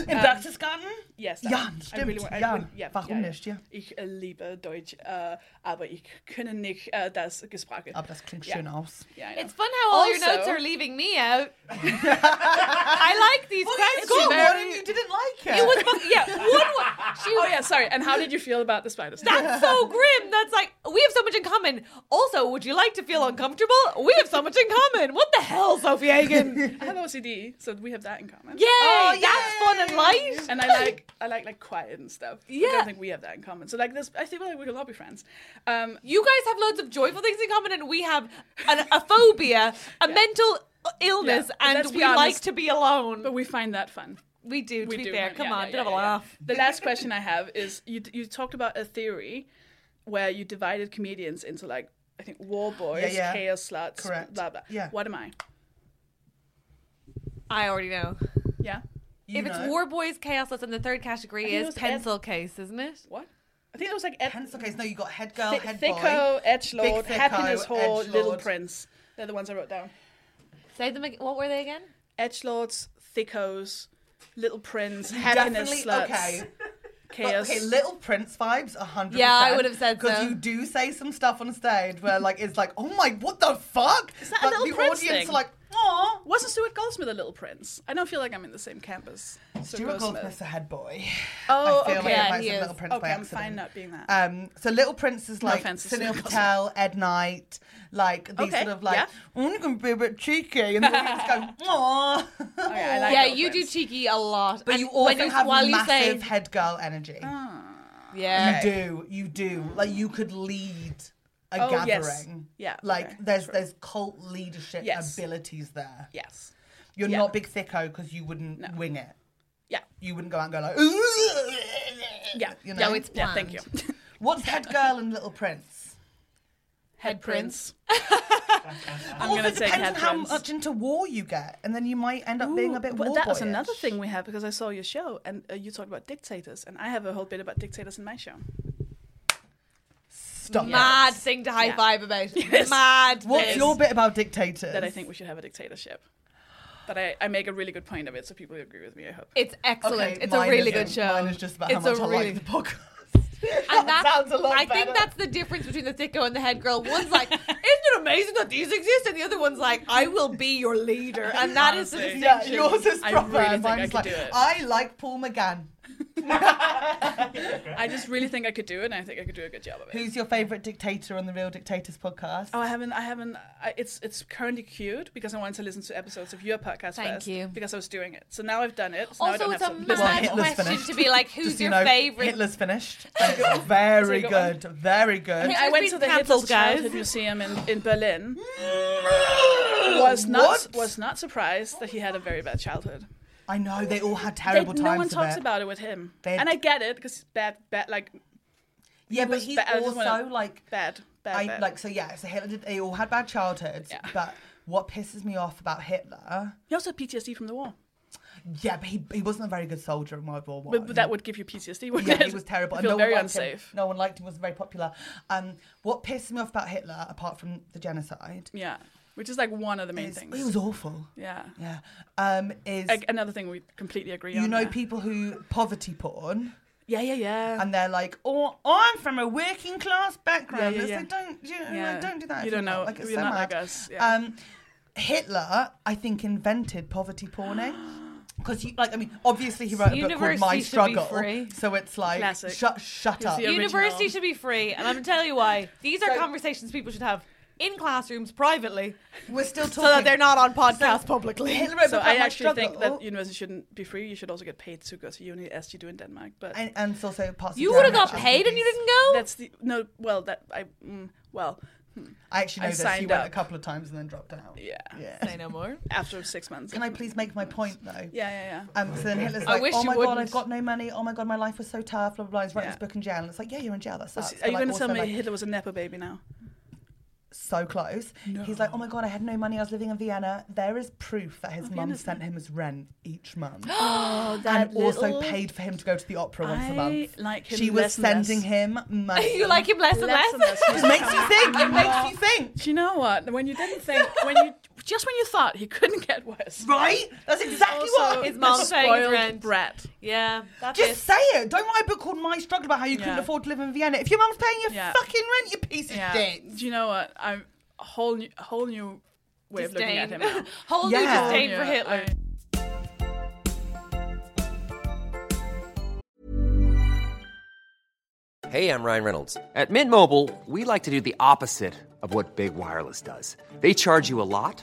Speaker 2: In Berchtesgaden?
Speaker 6: Yes. that
Speaker 2: Ja,
Speaker 6: one. Um, I
Speaker 2: stimmt.
Speaker 6: really want- I
Speaker 2: ja.
Speaker 6: would- yeah,
Speaker 2: Warum
Speaker 6: yeah, ja.
Speaker 2: nicht? Ja.
Speaker 6: Ich äh, liebe Deutsch, äh, aber ich kenne nicht äh, das Gesprochen.
Speaker 2: Aber Ah, das klingt
Speaker 6: Ja.
Speaker 2: schön aus.
Speaker 6: Yeah, I know.
Speaker 3: It's fun how all your
Speaker 6: Also-
Speaker 3: notes are leaving me out. I like these questions.
Speaker 2: Go on,
Speaker 3: Mary.
Speaker 2: you didn't like it.
Speaker 3: It was fuck- yeah. One, one. She
Speaker 6: Oh yeah, sorry. And how did you feel about the spider? stuff?
Speaker 3: That's so grim. That's like we have so much in common. Also, would you like to feel uncomfortable? We have so much in common. What the hell, Sophie Hagen?
Speaker 6: I have OCD, so we have that in common.
Speaker 3: Yay! that's fun and light.
Speaker 6: And I like I like like quiet and stuff. I
Speaker 3: Yeah.
Speaker 6: don't think we have that in common. So like this, I think like we could all be friends. Um,
Speaker 3: you guys have loads of joyful things in common, and we have an, a phobia, a mental illness,
Speaker 6: Yeah, but let's
Speaker 3: and
Speaker 6: be
Speaker 3: we like
Speaker 6: honest.
Speaker 3: to be alone.
Speaker 6: but we find that fun.
Speaker 3: we do. To
Speaker 6: We
Speaker 3: be
Speaker 6: do.
Speaker 3: fair,
Speaker 6: Yeah,
Speaker 3: come
Speaker 6: yeah,
Speaker 3: on,
Speaker 6: yeah,
Speaker 3: bit of a
Speaker 6: yeah, yeah.
Speaker 3: laugh.
Speaker 6: The last question I have is you you talked about a theory where you divided comedians into like I think war boys,
Speaker 2: yeah.
Speaker 6: chaos sluts,
Speaker 2: Correct.
Speaker 6: blah blah.
Speaker 2: Yeah.
Speaker 6: What am I?
Speaker 3: I already know.
Speaker 6: Yeah.
Speaker 2: You
Speaker 3: if it's
Speaker 2: know.
Speaker 3: War Boys, Chaos List, and the third category
Speaker 6: think it
Speaker 3: is
Speaker 6: was
Speaker 3: pencil case, isn't it?
Speaker 6: What? I think it was like Ed-
Speaker 2: Pencil case. No, you got head girl,
Speaker 6: Thi-
Speaker 2: head
Speaker 6: Thicko,
Speaker 2: boy.
Speaker 6: Edgelord,
Speaker 2: Big Thicko,
Speaker 6: Happiness Whore, Little
Speaker 2: Edgelord.
Speaker 6: Prince. They're the ones I wrote down.
Speaker 3: Say them again. What were they again?
Speaker 6: Edgelords, Thickos, Little Prince,
Speaker 2: Definitely-
Speaker 6: Happiness Sluts,
Speaker 2: okay.
Speaker 6: Chaos.
Speaker 2: Okay, Little Prince vibes, hundred.
Speaker 3: Yeah, I would have said
Speaker 2: because
Speaker 3: so.
Speaker 2: you do say some stuff on stage where like it's like, oh my, what the fuck? Is
Speaker 6: that a
Speaker 2: like,
Speaker 6: Little
Speaker 2: the
Speaker 6: Prince
Speaker 2: audience
Speaker 6: thing?
Speaker 2: are like, oh,
Speaker 6: Wasn't Stuart Goldsmith a Little Prince? I don't feel like I'm in the same campus.
Speaker 2: Stuart Goldsmith's a head boy.
Speaker 6: Oh,
Speaker 2: I feel
Speaker 6: okay.
Speaker 2: like I might
Speaker 3: he
Speaker 2: have said
Speaker 3: is.
Speaker 2: Little Prince by
Speaker 6: okay, I'm
Speaker 2: accident.
Speaker 6: fine not being that.
Speaker 2: Um, so Little Prince is like
Speaker 6: offense to
Speaker 2: Sunil
Speaker 6: Sunil
Speaker 2: Patel, Ed Knight, like these
Speaker 6: Okay,
Speaker 2: sort of like,
Speaker 6: yeah.
Speaker 2: I'm only going to be a bit cheeky, and the audience go, oh.
Speaker 6: Okay, I like
Speaker 3: yeah,
Speaker 6: Little
Speaker 3: you do
Speaker 6: Prince.
Speaker 3: cheeky a lot.
Speaker 2: But
Speaker 3: And
Speaker 2: you
Speaker 3: when
Speaker 2: also have
Speaker 3: while you
Speaker 2: massive
Speaker 3: say,
Speaker 2: head girl energy.
Speaker 3: yeah,
Speaker 2: You do, you do. Like you could lead a
Speaker 6: Oh, yes.
Speaker 2: gathering.
Speaker 6: Yeah,
Speaker 2: Like
Speaker 6: okay,
Speaker 2: there's there's cult leadership
Speaker 6: Yes.
Speaker 2: abilities there.
Speaker 6: Yes.
Speaker 2: You're
Speaker 6: Yeah.
Speaker 2: not big thicko because you wouldn't wing it.
Speaker 6: Yeah.
Speaker 2: You wouldn't go out and go like.
Speaker 6: Yeah.
Speaker 2: You know?
Speaker 3: no, it's
Speaker 6: Yeah,
Speaker 3: planned.
Speaker 6: thank you.
Speaker 2: What's head girl and little prince?
Speaker 6: Head Prince. I'm
Speaker 2: also
Speaker 6: gonna take
Speaker 2: depends on
Speaker 6: Head
Speaker 2: how
Speaker 6: Prince.
Speaker 2: much into war you get, and then you might end up being a bit.
Speaker 6: but
Speaker 2: war
Speaker 6: that was
Speaker 2: boyish.
Speaker 6: another thing we had because I saw your show and uh, you talked about dictators, and I have a whole bit about dictators in my show.
Speaker 2: Stop.
Speaker 3: Mad thing to high
Speaker 6: Yeah.
Speaker 3: five about.
Speaker 6: Yes.
Speaker 3: Mad.
Speaker 2: What's
Speaker 3: thing.
Speaker 2: your bit about dictators?
Speaker 6: That I think we should have a dictatorship. But I, I make a really good point of it, so people agree with me, I hope.
Speaker 3: It's excellent.
Speaker 2: Okay,
Speaker 3: it's a
Speaker 2: mine
Speaker 3: really
Speaker 2: isn't.
Speaker 3: good show.
Speaker 2: Mine is just about
Speaker 3: It's
Speaker 2: how
Speaker 3: a
Speaker 2: much I like
Speaker 3: really-
Speaker 2: the podcast.
Speaker 3: and
Speaker 2: that
Speaker 3: that's,
Speaker 2: sounds a lot
Speaker 3: I
Speaker 2: better.
Speaker 3: think that's the difference between the thicko and the head girl. One's like, isn't it amazing that these exist? And the other one's like, I will be your leader. And that is the
Speaker 6: Honestly.
Speaker 3: distinction.
Speaker 2: Yeah, yours is
Speaker 6: I
Speaker 2: proper.
Speaker 6: really
Speaker 2: and
Speaker 6: think I
Speaker 2: mine's
Speaker 6: could
Speaker 2: like,
Speaker 6: do it.
Speaker 2: I like Paul McGann.
Speaker 6: I just really think I could do it, and I think I could do a good job of it.
Speaker 2: Who's your favourite dictator on the Real Dictators podcast?
Speaker 6: Oh, I haven't. I haven't. I, it's it's currently queued because I wanted to listen to episodes of your podcast
Speaker 3: Thank
Speaker 6: first.
Speaker 3: you.
Speaker 6: Because I was doing it, so now I've done it. So now I
Speaker 3: Also,
Speaker 6: don't
Speaker 3: it's
Speaker 6: have
Speaker 3: a
Speaker 6: to listen.
Speaker 2: Well,
Speaker 3: mad
Speaker 2: Hitler's
Speaker 3: question
Speaker 2: finished.
Speaker 3: to be like, who's
Speaker 2: Just so
Speaker 3: your
Speaker 2: you know,
Speaker 3: favorite?
Speaker 2: Hitler's finished. very
Speaker 6: It's a good
Speaker 2: good. Very good.
Speaker 3: Hitler's
Speaker 6: I went
Speaker 3: been
Speaker 6: to the
Speaker 3: cancelled,
Speaker 6: Hitler's Childhood Museum in, in Berlin. was not
Speaker 2: What?
Speaker 6: was not surprised that he had a very bad childhood.
Speaker 2: I know they all had
Speaker 6: They-
Speaker 2: terrible times.
Speaker 6: no one
Speaker 2: of
Speaker 6: talks
Speaker 2: it.
Speaker 6: about it with him,
Speaker 2: Bad-
Speaker 6: and I get it because bad, bad, like
Speaker 2: Yeah, but
Speaker 6: was
Speaker 2: he's
Speaker 6: bad. I just
Speaker 2: also
Speaker 6: wanna-
Speaker 2: like
Speaker 6: bad, bad,
Speaker 2: I
Speaker 6: bad.
Speaker 2: like so yeah. So Hitler did. They all had bad childhoods.
Speaker 6: Yeah.
Speaker 2: But what pisses me off about Hitler?
Speaker 6: he also had PTSD from the war,
Speaker 2: Yeah, but he, he wasn't a very good soldier in World War One.
Speaker 6: but, but that would give you PTSD. Wouldn't
Speaker 2: Yeah,
Speaker 6: it?
Speaker 2: he was terrible.
Speaker 6: I
Speaker 2: and
Speaker 6: feel
Speaker 2: no
Speaker 6: very
Speaker 2: one liked him.
Speaker 6: unsafe.
Speaker 2: No one liked him. wasn't very popular. Um, what pissed me off about Hitler, apart from the genocide,
Speaker 6: Yeah, which is like one of the main
Speaker 2: is
Speaker 6: things.
Speaker 2: he was awful.
Speaker 6: yeah.
Speaker 2: Yeah. Um, is
Speaker 6: Like, another thing we completely agree on.
Speaker 2: you know
Speaker 6: there.
Speaker 2: people who poverty porn
Speaker 6: Yeah, yeah, yeah.
Speaker 2: and they're like, oh, I'm from a working class background.
Speaker 6: Yeah, yeah,
Speaker 2: It's
Speaker 6: yeah.
Speaker 2: like, don't you know,
Speaker 6: Yeah.
Speaker 2: don't do that. if
Speaker 6: You don't
Speaker 2: you're
Speaker 6: know.
Speaker 2: Like, it's
Speaker 6: You're
Speaker 2: so
Speaker 6: not
Speaker 2: mad.
Speaker 6: like us, yeah.
Speaker 2: Um, Hitler, I think, invented poverty porning. Because you like, I mean, obviously he wrote a book called
Speaker 3: University
Speaker 2: My
Speaker 3: should be
Speaker 2: Struggle,
Speaker 3: free.
Speaker 2: so it's like,
Speaker 6: Classic.
Speaker 2: shut, shut up.
Speaker 6: the original-
Speaker 3: University should be free. And I'm going to tell you why. These are conversations people should have in classrooms privately
Speaker 2: We're still talking.
Speaker 3: so that they're not on podcasts publicly.
Speaker 2: Hitler wrote a
Speaker 6: so
Speaker 2: book
Speaker 6: I
Speaker 2: called My
Speaker 6: actually think
Speaker 2: Struggle,
Speaker 6: that university shouldn't be free. You should also get paid to go to uni as you do in Denmark. But
Speaker 2: and, and it's also parts of
Speaker 3: You would have
Speaker 2: Germany
Speaker 3: got
Speaker 2: and
Speaker 3: paid and you
Speaker 2: Portuguese.
Speaker 3: didn't go?
Speaker 6: that's the no. Well, that I mm, well
Speaker 2: I actually know
Speaker 6: I
Speaker 2: this. He
Speaker 6: signed
Speaker 2: went a
Speaker 6: up.
Speaker 2: couple of times and then dropped out.
Speaker 6: yeah.
Speaker 3: Say no more.
Speaker 6: After six months.
Speaker 2: Can I please make my point though?
Speaker 6: Yeah, yeah, yeah.
Speaker 2: Um, so then Hitler's like,
Speaker 3: wish
Speaker 2: oh
Speaker 3: you
Speaker 2: my god,
Speaker 3: wouldn't."
Speaker 2: I've got no money. Oh my god, my life was so tough. Blah blah. blah. He's writing
Speaker 6: Yeah.
Speaker 2: this book in jail, and it's like, yeah, you're in jail. That sucks.
Speaker 6: Are
Speaker 2: But,
Speaker 6: you
Speaker 2: Uh, like,
Speaker 6: going to tell
Speaker 2: also,
Speaker 6: me
Speaker 2: like,
Speaker 6: Hitler was a nepo baby now?
Speaker 2: so close? He's like, oh my god, I had no money. I was living in Vienna. There is proof that
Speaker 6: Oh,
Speaker 2: his mum sent him as rent each month, and also paid for him to go to the opera once a
Speaker 6: I
Speaker 2: month.
Speaker 6: like him
Speaker 2: she was
Speaker 6: less and less.
Speaker 2: sending him money.
Speaker 3: You like him less and less?
Speaker 6: Less and less.
Speaker 2: It makes you think. It makes you think.
Speaker 6: Do you know what? When you didn't think, when you just when you thought he couldn't get worse.
Speaker 2: Right? That's exactly
Speaker 6: Also,
Speaker 2: what.
Speaker 3: His mom
Speaker 6: a
Speaker 3: saying his
Speaker 6: spoiled
Speaker 3: rent.
Speaker 6: brat.
Speaker 3: Yeah, that's
Speaker 2: Just
Speaker 3: it.
Speaker 2: say it. Don't write a book called My Struggle about how you couldn't
Speaker 6: Yeah.
Speaker 2: afford to live in Vienna. If your mum's paying your
Speaker 6: Yeah.
Speaker 2: fucking rent, you piece of
Speaker 6: Yeah.
Speaker 2: shit.
Speaker 6: Do you know what? I'm a whole new, a whole new way of looking at him.
Speaker 3: disdain.
Speaker 6: Now.
Speaker 3: Whole new
Speaker 2: Yeah.
Speaker 3: disdain for
Speaker 6: Yeah,
Speaker 3: Hitler.
Speaker 6: I-
Speaker 7: Hey, I'm Ryan Reynolds. At Mint Mobile, we like to do the opposite of what Big Wireless does. They charge you a lot,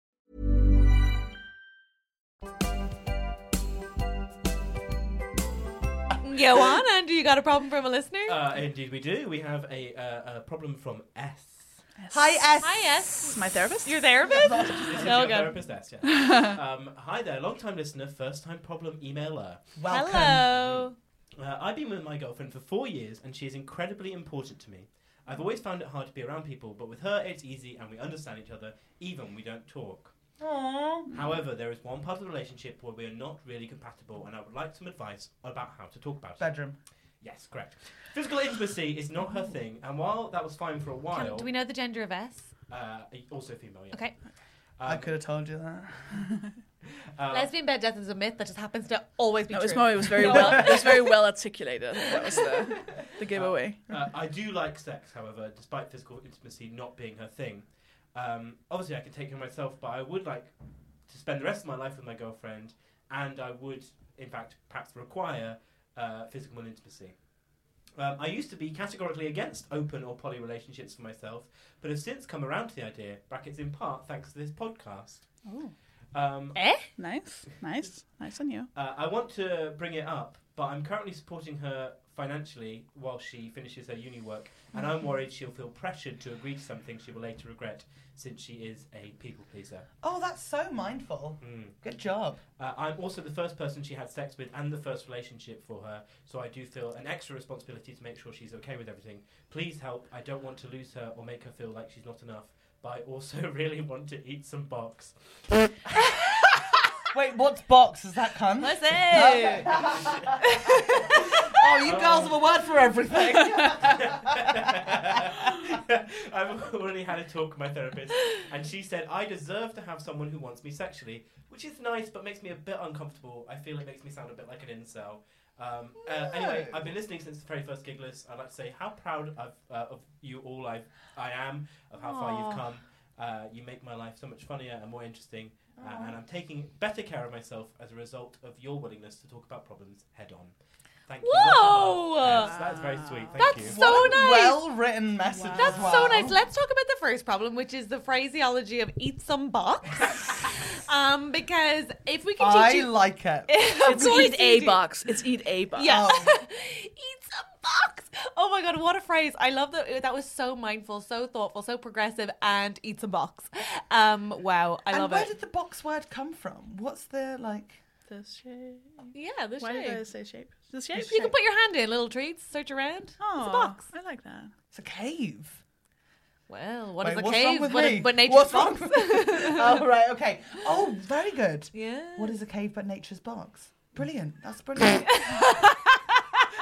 Speaker 3: Go on, Andrew. You got a problem from a listener?
Speaker 4: Uh, indeed, we do. We have a, uh, a problem from S.
Speaker 8: Hi, S.
Speaker 3: Hi, yes.
Speaker 6: My therapist?
Speaker 3: Your therapist?
Speaker 4: Is it
Speaker 3: No,
Speaker 4: your
Speaker 3: go.
Speaker 4: therapist S? Yeah. um, hi there, long time listener, first time problem emailer.
Speaker 8: Welcome.
Speaker 3: Hello.
Speaker 4: Uh, I've been with my girlfriend for four years, and she is incredibly important to me. I've always found it hard to be around people, but with her, it's easy, and we understand each other, even when we don't talk. However, there is one part of the relationship where we are not really compatible, and I would like some advice about how to talk about it.
Speaker 2: Bedroom.
Speaker 4: Yes, correct. Physical intimacy is not her thing, and while that was fine for a
Speaker 3: Can-
Speaker 4: while,
Speaker 3: do we know the gender of S?
Speaker 4: uh, also female, yeah. Um,
Speaker 3: Okay.
Speaker 2: I could have told you that.
Speaker 4: uh,
Speaker 3: Lesbian bed death is a myth that just happens to always be
Speaker 6: No,
Speaker 3: true.
Speaker 6: it's more, it was very well. It was very well articulated. I think that was the, the giveaway.
Speaker 4: Uh, I do like sex, however, despite physical intimacy not being her thing. Um, obviously, I can take care of myself, but I would like to spend the rest of my life with my girlfriend, and I would, in fact, perhaps require uh, physical intimacy. Um, I used to be categorically against open or poly relationships for myself, but have since come around to the idea, brackets in part thanks to this podcast. Um,
Speaker 3: Eh?
Speaker 6: Nice, nice, nice on you.
Speaker 4: uh, I want to bring it up, but I'm currently supporting her financially while she finishes her uni work, and I'm worried she'll feel pressured to agree to something she will later regret since she is a people pleaser.
Speaker 2: Oh, that's so mindful. Good job.
Speaker 4: Uh, I'm also the first person she had sex with and the first relationship for her, so I do feel an extra responsibility to make sure she's okay with everything. Please help. I don't want to lose her or make her feel like she's not enough, but I also really want to eat some box.
Speaker 2: Wait, what's box? Is that come?
Speaker 3: What's it?
Speaker 2: Oh, you girls have a word for everything.
Speaker 4: I've already had a talk with my therapist, and she said I deserve to have someone who wants me sexually, which is nice, but makes me a bit uncomfortable. I feel it makes me sound a bit like an incel. Um, uh, anyway, I've been listening since the very first Gigless. I'd like to say how proud of, uh, of you all I've, I am, of how far you've come. Uh, you make my life so much funnier and more interesting, uh, and I'm taking better care of myself as a result of your willingness to talk about problems head on. Thank you. Lots of
Speaker 3: Whoa!
Speaker 4: love. Yes, that's very sweet. Thank you.
Speaker 3: That's so nice.
Speaker 2: Well written message.
Speaker 3: That's
Speaker 2: as well.
Speaker 3: so nice. Let's talk about the first problem, which is the phraseology of "eat some box." um, because if we can teach
Speaker 2: I
Speaker 3: you,
Speaker 2: like it.
Speaker 6: It's eat
Speaker 3: you
Speaker 6: a
Speaker 3: do.
Speaker 6: box. It's eat a box.
Speaker 3: yeah, eat some box. Oh my god, what a phrase! I love that. That was so mindful, so thoughtful, so progressive, and eat some box. Um, wow, I
Speaker 2: and
Speaker 3: love
Speaker 2: where
Speaker 3: it.
Speaker 2: did the box word come from? What's the like?
Speaker 6: The shape.
Speaker 3: yeah, the
Speaker 6: Why did I
Speaker 3: shape.
Speaker 6: say shape? The shape.
Speaker 3: You can put your hand in, little treats, search around. it's a box.
Speaker 6: I like that.
Speaker 2: It's a cave.
Speaker 3: Well, what
Speaker 2: Wait,
Speaker 3: is the
Speaker 2: what's
Speaker 3: cave?
Speaker 2: wrong with
Speaker 3: what,
Speaker 2: me?
Speaker 3: but nature's
Speaker 2: what's
Speaker 3: box.
Speaker 2: Wrong? oh right, okay. Oh, very good.
Speaker 3: Yeah.
Speaker 2: What is a cave but nature's box? Brilliant. That's brilliant.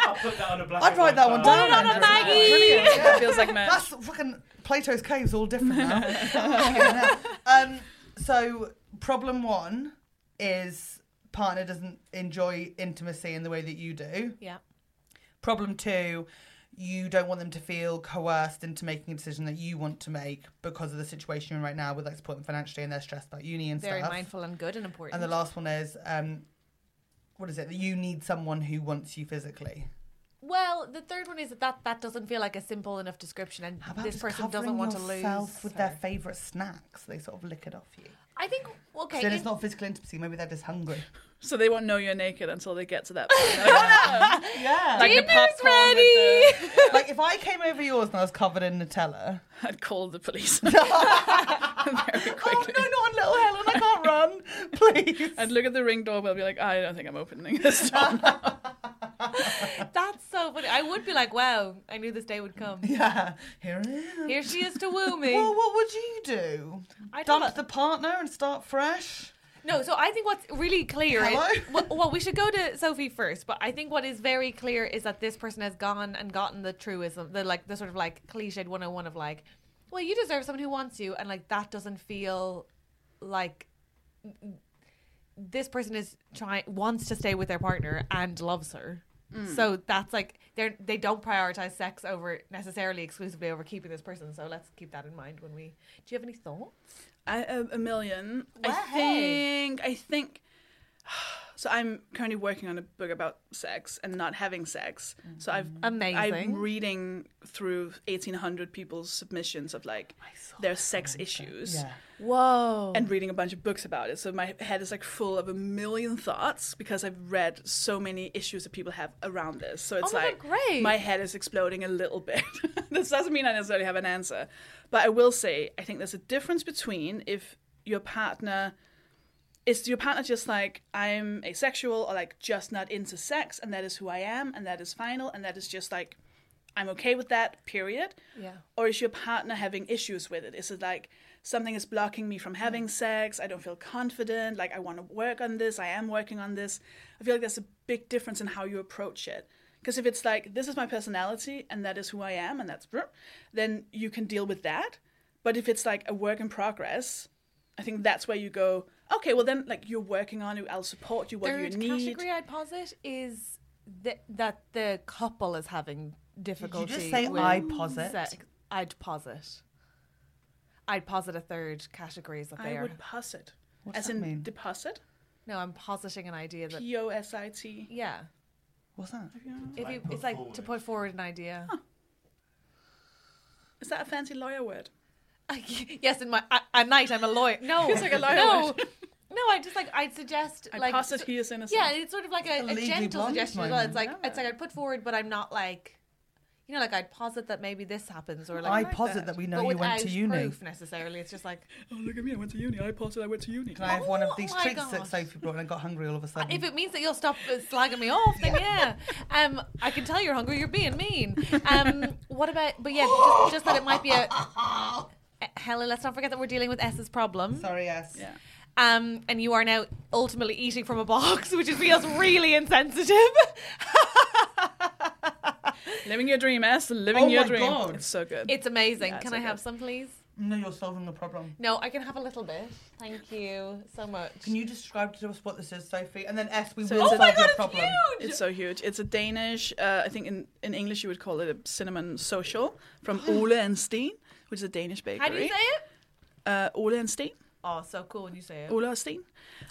Speaker 4: I'll put that on a black
Speaker 2: I'd
Speaker 4: and
Speaker 2: write
Speaker 4: white
Speaker 2: that one
Speaker 4: card.
Speaker 2: down.
Speaker 3: on a
Speaker 2: Andrew.
Speaker 3: baggie.
Speaker 2: Brilliant. yeah.
Speaker 6: Feels like my
Speaker 2: That's fucking Plato's cave's all different now. Fucking hell. um, so problem one is partner doesn't enjoy intimacy in the way that you do.
Speaker 3: Yeah.
Speaker 2: Problem two, you don't want them to feel coerced into making a decision that you want to make because of the situation you're in right now with like supporting financially and they're stressed about uni and
Speaker 3: Very
Speaker 2: stuff.
Speaker 3: mindful and good and important.
Speaker 2: And the last one is, um, what is it? That you need someone who wants you physically.
Speaker 3: Well, the third one is that that, that doesn't feel like a simple enough description, and
Speaker 2: How about
Speaker 3: this
Speaker 2: just
Speaker 3: person
Speaker 2: covering
Speaker 3: doesn't want to lose.
Speaker 2: yourself with
Speaker 3: her.
Speaker 2: their favourite snacks? They sort of lick it off you.
Speaker 3: I think okay.
Speaker 2: then
Speaker 3: in-
Speaker 2: it's not physical intimacy. Maybe they're just hungry.
Speaker 6: So they won't know you're naked until they get to that point.
Speaker 2: Yeah.
Speaker 6: Like "Uh-huh." the
Speaker 3: Dinner's
Speaker 6: popcorn
Speaker 3: ready.
Speaker 6: With
Speaker 2: like if I came over yours and I was covered in Nutella.
Speaker 6: the, I'd call the police very quickly.
Speaker 2: Oh no, not on Little Helen! I can't run. Please.
Speaker 6: I'd look at the ring doorbell and be like, "Ah, I don't think I'm opening this door.
Speaker 3: That's so funny. I would be like, wow, I knew this day would come.
Speaker 2: Yeah. Here I am.
Speaker 3: Here she is to woo me.
Speaker 2: Well, what would you do?
Speaker 3: I don't
Speaker 2: Dump
Speaker 3: know.
Speaker 2: the partner and start fresh?
Speaker 3: No, so I think what's really clear is
Speaker 2: Hello?
Speaker 3: well, well, we should go to Sophie first, but I think what is very clear is that this person has gone and gotten the truism, the like the sort of like cliched 101 of like, well, you deserve someone who wants you, and like that doesn't feel like this person is trying wants to stay with their partner and loves her. So that's like they're they don't prioritize sex over necessarily exclusively over keeping this person. So let's keep that in mind when we. Do you have any thoughts?
Speaker 6: I, a, a million. I
Speaker 3: Wow.
Speaker 6: think. I think. So I'm currently working on a book about sex and not having sex. So I've
Speaker 3: Amazing.
Speaker 6: I'm reading through 1,800 people's submissions of like their sex issues
Speaker 3: Whoa.
Speaker 6: and reading a bunch of books about it. So my head is like full of a million thoughts because I've read so many issues that people have around this. So it's
Speaker 3: Oh my God,
Speaker 6: like
Speaker 3: great.
Speaker 6: my head is exploding a little bit. this doesn't mean I necessarily have an answer, but I will say I think there's a difference between if your partner is your partner just like I'm asexual or like just not into sex and that is who I am and that is final and that is just like I'm okay with that, period.
Speaker 3: Yeah.
Speaker 6: Or is your partner having issues with it? Is it like something is blocking me from having sex? I don't feel confident. Like, I want to work on this. I am working on this. I feel like there's a big difference in how you approach it. Because if it's like, this is my personality and that is who I am and that's, brr, then you can deal with that. But if it's like a work in progress, I think that's where you go, okay, well, then like you're working on it. I'll support you. What
Speaker 3: Third
Speaker 6: do you need?
Speaker 3: category I'd posit is th- that the couple is having difficulty.
Speaker 2: say
Speaker 3: with
Speaker 2: I posit?
Speaker 3: Sex. I'd posit. I'd posit a third category is that they
Speaker 6: I
Speaker 3: are.
Speaker 6: would posit.
Speaker 2: does
Speaker 6: As
Speaker 2: that
Speaker 6: in
Speaker 2: mean?
Speaker 6: deposit?
Speaker 3: No, I'm positing an idea that.
Speaker 6: P O S I T. E.
Speaker 3: Yeah.
Speaker 2: What's that?
Speaker 3: If you, it's like to put forward an idea.
Speaker 6: Is that a fancy lawyer word?
Speaker 3: yes, in my at- at night I'm a lawyer. No,
Speaker 6: Feels like a lawyer
Speaker 3: No,
Speaker 6: word.
Speaker 3: no. I just like I'd suggest
Speaker 6: I
Speaker 3: like
Speaker 6: posit
Speaker 3: so-
Speaker 6: he is innocent.
Speaker 3: Yeah, it's sort of like a, a
Speaker 2: Legally
Speaker 3: gentle
Speaker 2: Blonde
Speaker 3: suggestion as well. It's like
Speaker 2: moment.
Speaker 3: it's like I'd put forward, but I'm not like, you know, like I'd posit that maybe this happens or like.
Speaker 2: I posit that we know
Speaker 3: but
Speaker 2: you went to
Speaker 3: without
Speaker 2: uni.
Speaker 3: Proof necessarily. It's just like
Speaker 6: Oh, look at me. I went to uni. I posted I went to uni.
Speaker 2: Can I have one
Speaker 3: Oh
Speaker 2: of these
Speaker 3: my
Speaker 2: treats
Speaker 3: gosh.
Speaker 2: that Sophie brought and I got hungry all of a sudden?
Speaker 3: if it means that you'll stop uh, slagging me off, then yeah. Um, I can tell you're hungry. You're being mean. Um, what about? But yeah, just, just that it might be a. Eh, Helen, let's not forget that we're dealing with S's problem.
Speaker 2: Sorry, yes.
Speaker 6: Yeah.
Speaker 3: Um, and you are now ultimately eating from a box, which is- feels really insensitive.
Speaker 6: Living your dream, S. Living
Speaker 2: Oh
Speaker 6: your
Speaker 2: my
Speaker 6: dream.
Speaker 2: God.
Speaker 6: It's so good.
Speaker 3: it's amazing.
Speaker 6: Yeah,
Speaker 3: can
Speaker 6: so
Speaker 3: I have
Speaker 6: good.
Speaker 3: some, please?
Speaker 2: No, you're solving the problem.
Speaker 3: No, I can have a little bit. Thank you so much.
Speaker 2: Can you describe to us what this is, Sophie? And then S, we
Speaker 6: So
Speaker 2: will
Speaker 6: it's a-
Speaker 2: solve
Speaker 6: Oh my
Speaker 2: your
Speaker 6: God, it's
Speaker 2: problem.
Speaker 6: It's so huge. It's a Danish, uh, I think in, in English you would call it a cinnamon social from Ole and Steen, which is a Danish bakery.
Speaker 3: How do you say it?
Speaker 6: Uh, Ole and Steen.
Speaker 3: Oh, so cool when you say it.
Speaker 6: Ole and Steen.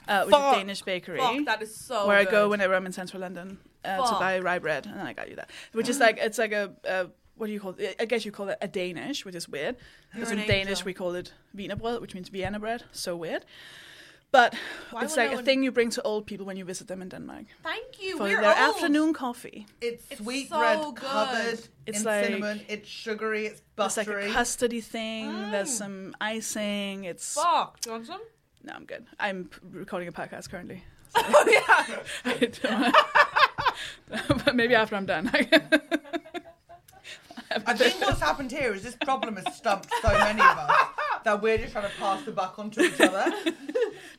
Speaker 6: Uh, which is
Speaker 3: Fuck.
Speaker 6: a Danish bakery.
Speaker 3: Fuck, that is so.
Speaker 6: where I go
Speaker 3: good.
Speaker 6: whenever I'm in central London uh, to
Speaker 3: Oh Fuck. Uh-huh.
Speaker 6: buy rye bread, and I got you that. Which is like it's like a, a what do you call? it? I guess you call it a Danish, which is weird. Because
Speaker 3: an
Speaker 6: in Danish
Speaker 3: angel.
Speaker 6: we call it wienerbrød, which means Vienna bread. So weird. But it's
Speaker 3: would
Speaker 6: like
Speaker 3: no
Speaker 6: a
Speaker 3: one-
Speaker 6: thing you bring to old people when you visit them in Denmark
Speaker 3: Thank you.
Speaker 6: for
Speaker 3: We're
Speaker 6: their
Speaker 3: old.
Speaker 6: afternoon coffee.
Speaker 2: It's,
Speaker 3: It's
Speaker 2: sweet
Speaker 3: so
Speaker 2: bread
Speaker 3: good.
Speaker 2: covered
Speaker 6: It's
Speaker 2: in
Speaker 6: like-
Speaker 2: cinnamon. It's sugary. It's
Speaker 6: It's like
Speaker 2: buttery.
Speaker 6: a custardy thing. There's some icing. It's
Speaker 3: Oh. Fuck. Do you want some?
Speaker 6: no, I'm good. I'm p- recording a podcast currently.
Speaker 3: Oh yeah.
Speaker 6: I don't- but maybe after I'm done.
Speaker 2: I think what's happened here is this problem has stumped so many of us that we're just trying to pass the buck onto each other.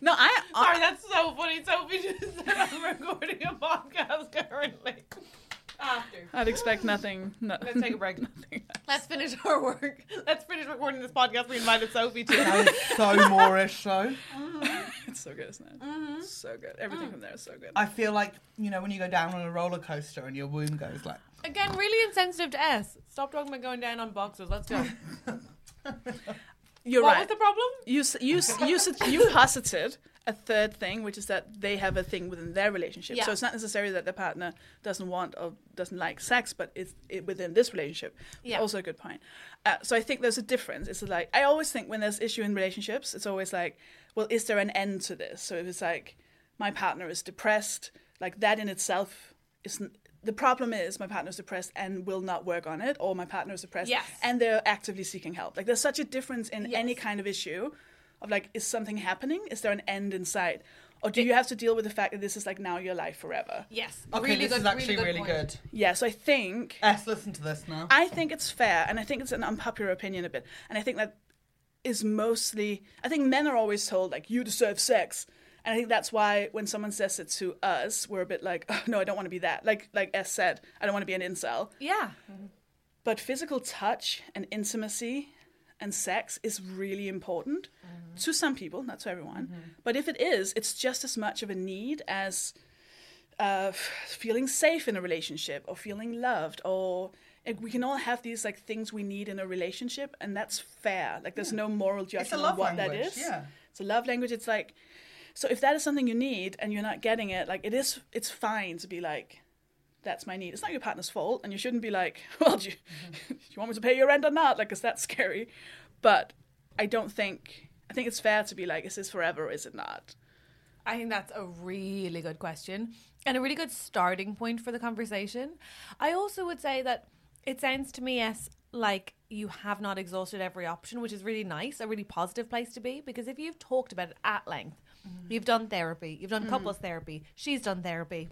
Speaker 6: no, I, I
Speaker 3: Sorry, that's so funny. Sophie just said I'm recording a podcast currently. After.
Speaker 6: I'd expect nothing. No.
Speaker 3: Let's take a break.
Speaker 6: nothing.
Speaker 3: Let's finish our work. Let's finish recording this podcast. We invited Sophie to.
Speaker 2: That is so Moorish, though.
Speaker 6: It's so good, isn't it?
Speaker 3: Mm-hmm.
Speaker 6: So good. Everything
Speaker 3: Mm.
Speaker 6: from there is so good.
Speaker 2: I feel like you know when you go down on a roller coaster and your womb goes like.
Speaker 3: Again, really insensitive to S. Stop talking about going down on boxes. Let's go.
Speaker 6: You're
Speaker 3: What was
Speaker 6: right.
Speaker 3: the problem?
Speaker 6: you s- you s- you s- you posited a third thing, which is that they have a thing within their relationship.
Speaker 3: Yeah.
Speaker 6: So it's not necessarily that their partner doesn't want or doesn't like sex, but it's it, within this relationship.
Speaker 3: Yeah.
Speaker 6: Also a good point. Uh, so I think there's a difference. It's like I always think when there's issue in relationships, it's always like, well, is there an end to this? So if it's like my partner is depressed, like that in itself isn't. The problem is my partner's depressed and will not work on it, or my partner is depressed
Speaker 3: Yes.
Speaker 6: and they're actively seeking help. Like there's such a difference in any
Speaker 3: Yes.
Speaker 6: kind of issue of like is something happening is there an end in sight or do you have to deal with the fact that this is like now your life forever
Speaker 3: Yes.
Speaker 2: Okay,
Speaker 3: really
Speaker 2: this
Speaker 3: good,
Speaker 2: is actually
Speaker 3: really
Speaker 2: really
Speaker 3: good.
Speaker 2: good.
Speaker 3: point.
Speaker 6: yeah so i think
Speaker 2: S, listen to this now.
Speaker 6: i think it's fair and i think it's an unpopular opinion a bit and i think that is mostly i think men are always told like you deserve sex and i think that's why when someone says it to us we're a bit like oh, no i don't want to be that like like s said i don't want to be an incel
Speaker 3: Yeah.
Speaker 6: But physical touch and intimacy and sex is really important
Speaker 2: Mm-hmm.
Speaker 6: to some people, not to everyone. But if it is, it's just as much of a need as uh, f- feeling safe in a relationship or feeling loved or like, we can all have these like things we need in a relationship and that's fair like there's no moral judgment
Speaker 2: love
Speaker 6: on what
Speaker 2: language,
Speaker 6: that is
Speaker 2: yeah.
Speaker 6: it's a love language it's like So if that is something you need and you're not getting it, like it is, it's fine to be like, that's my need. It's not your partner's fault, and you shouldn't be like, well, do you, do you want me to pay your rent or not? Like, is that scary? But I don't think I think it's fair to be like, is this forever or is it not?
Speaker 3: I think that's a really good question and a really good starting point for the conversation. I also would say that it sounds to me, yes, like you have not exhausted every option, which is really nice, a really positive place to be, because if you've talked about it at length, you've done therapy, you've done couples therapy, she's done therapy,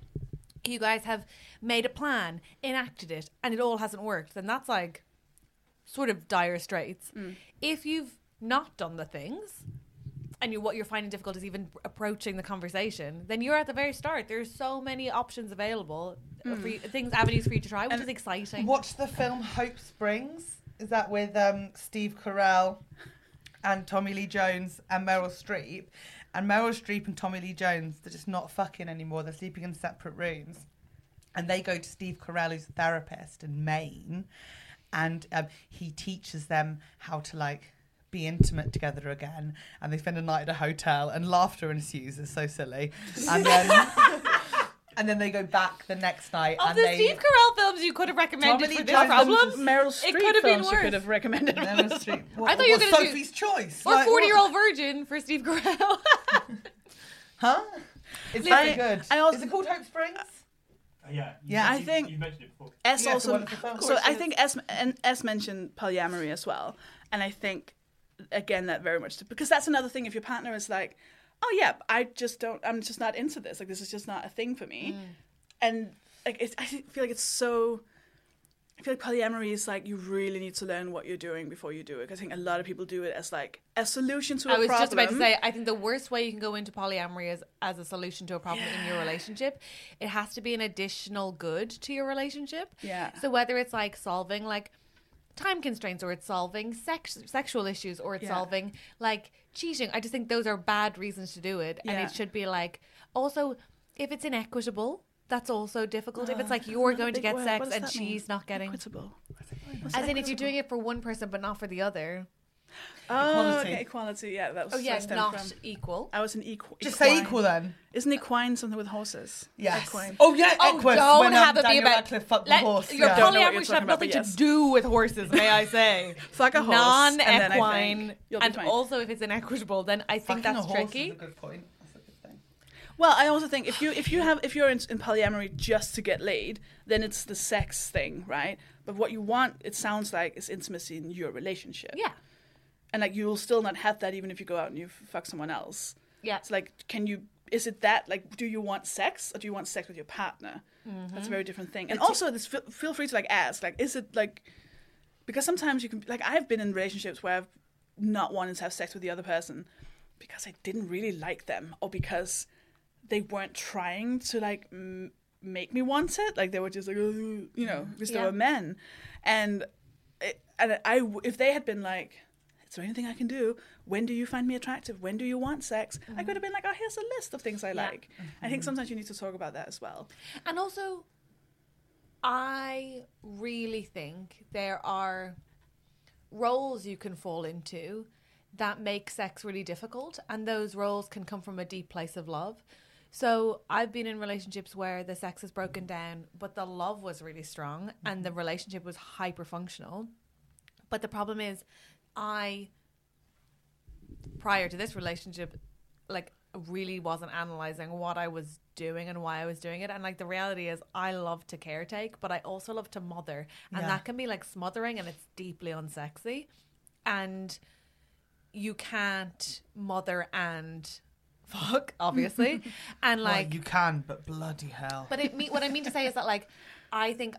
Speaker 3: you guys have made a plan, enacted it, and it all hasn't worked, then that's like sort of dire straits.
Speaker 2: Mm.
Speaker 3: If you've not done the things, and you, what you're finding difficult is even approaching the conversation, then you're at the very start. There's so many options available, uh,
Speaker 2: Mm.
Speaker 3: for you, things, avenues for you to try, which is exciting.
Speaker 2: Watch the film Hope Springs. Is that with um, Steve Carell and Tommy Lee Jones and Meryl Streep? And Meryl Streep and Tommy Lee Jones, they're just not fucking anymore. They're sleeping in separate rooms. And they go to Steve Carell, who's a therapist in Maine. And um, he teaches them how to like be intimate together again. And they spend a night at a hotel and laughter ensues. It's so silly. And then, and then they go back the next night.
Speaker 3: Of
Speaker 2: and
Speaker 3: Oh, the
Speaker 2: they,
Speaker 3: Steve Carell films you could have recommended
Speaker 2: Tommy
Speaker 3: for
Speaker 2: Lee
Speaker 3: this
Speaker 2: Jones
Speaker 3: problem,
Speaker 2: and
Speaker 6: Meryl
Speaker 3: it
Speaker 6: Streep
Speaker 3: could have been
Speaker 6: films you
Speaker 3: worse.
Speaker 6: could have recommended.
Speaker 2: Meryl Streep. What-
Speaker 3: I thought you were
Speaker 2: what-
Speaker 3: gonna do-
Speaker 2: Sophie's Choice.
Speaker 3: Or
Speaker 2: Like,
Speaker 3: Forty Year
Speaker 2: what-
Speaker 3: Old Virgin for Steve Carell.
Speaker 2: Huh? It's very good.
Speaker 6: I also-
Speaker 2: Is it called Hope Springs?
Speaker 4: yeah,
Speaker 2: Yeah.
Speaker 6: I think
Speaker 4: you mentioned it before.
Speaker 6: S
Speaker 2: Yeah, it's a
Speaker 6: also.
Speaker 2: wonderful film. Of
Speaker 6: So
Speaker 2: course
Speaker 6: I
Speaker 2: it
Speaker 6: think S and S mentioned polyamory as well, and I think again that very much because that's another thing. If your partner is like, "Oh yeah, I just don't. I'm just not into this. Like this is just not a thing for me,"
Speaker 2: Mm.
Speaker 6: and like it's, I feel like it's so. I feel like polyamory is like you really need to learn what you're doing before you do it. 'Cause I think a lot of people do it as like a solution to a
Speaker 3: I was
Speaker 6: problem.
Speaker 3: just about to say, I think the worst way you can go into polyamory is as a solution to a problem in your relationship. It has to be an additional good to your relationship.
Speaker 6: Yeah.
Speaker 3: So whether it's like solving like time constraints or it's solving sex sexual issues or it's
Speaker 6: Yeah.
Speaker 3: solving like cheating. I just think those are bad reasons to do it. And
Speaker 6: Yeah.
Speaker 3: it should be like also if it's inequitable, that's also difficult. if it's like you're going to
Speaker 6: Big
Speaker 3: get
Speaker 6: word.
Speaker 3: sex
Speaker 6: What does
Speaker 3: and
Speaker 6: that mean?
Speaker 3: she's not getting
Speaker 6: Equitable.
Speaker 3: as in if you're doing it for one person but not for the other.
Speaker 6: Oh, okay, equality. Yeah, that was.
Speaker 3: Oh yeah,
Speaker 6: that stemmed
Speaker 3: not
Speaker 6: from.
Speaker 3: equal.
Speaker 6: I was an equal.
Speaker 2: Just say equal then.
Speaker 6: Isn't equine something with horses?
Speaker 2: Yes.
Speaker 6: Equine.
Speaker 2: Oh yeah,
Speaker 3: Oh,
Speaker 2: Equus.
Speaker 3: don't
Speaker 2: when, um,
Speaker 3: have it be
Speaker 2: Daniel
Speaker 3: about
Speaker 2: Radcliffe fucked the
Speaker 3: let-
Speaker 2: horse.
Speaker 3: Your
Speaker 2: yeah.
Speaker 6: Don't know what
Speaker 3: polyamory
Speaker 6: you're
Speaker 3: should have
Speaker 6: talking about,
Speaker 3: nothing
Speaker 6: but yes.
Speaker 3: to do with horses, may I say?
Speaker 6: Fuck a horse, and then I think
Speaker 3: Non-equine,
Speaker 6: you'll
Speaker 3: and,
Speaker 6: be fine.
Speaker 3: also if it's inequitable, then I think
Speaker 2: Fucking a
Speaker 3: that's
Speaker 2: horse
Speaker 3: tricky.
Speaker 2: Is a good point. That's a good thing.
Speaker 6: Well, I also think if you if you have if you're in, in polyamory just to get laid, then it's the sex thing, right? But what you want, it sounds like, is intimacy in your relationship.
Speaker 3: Yeah,
Speaker 6: And like you will still not have that even if you go out and you f- fuck someone else.
Speaker 3: yeah.
Speaker 6: It's like, can you? Is it that like, do you want sex or do you want sex with your partner? That's a very different thing. And also, this feel, feel free to like ask, like, is it like, because sometimes you can like, I've been in relationships where I've not wanted to have sex with the other person because I didn't really like them or because they weren't trying to like m- make me want it. Like they were just like, "Ugh," you know, because they
Speaker 3: Yeah.
Speaker 6: were men, and it, and I w- if they had been like, is there anything I can do? When do you find me attractive? When do you want sex? I could have been like, oh, here's a list of things I like. I
Speaker 3: Mm-hmm.
Speaker 6: think sometimes you need to talk about that as well.
Speaker 3: And also, I really think there are roles you can fall into that make sex really difficult, and those roles can come from a deep place of love. So I've been in relationships where the sex is broken down, but the love was really strong, and the relationship was hyper functional. But the problem is, I prior to this relationship, like really wasn't analyzing what I was doing and why I was doing it. And like the reality is, I love to caretake, but I also love to mother, and that can be like smothering, and it's deeply unsexy, and you can't mother and fuck, obviously, and
Speaker 2: Well,
Speaker 3: like
Speaker 2: you can, but bloody hell.
Speaker 3: but it mean, what I mean to say is that, like, I think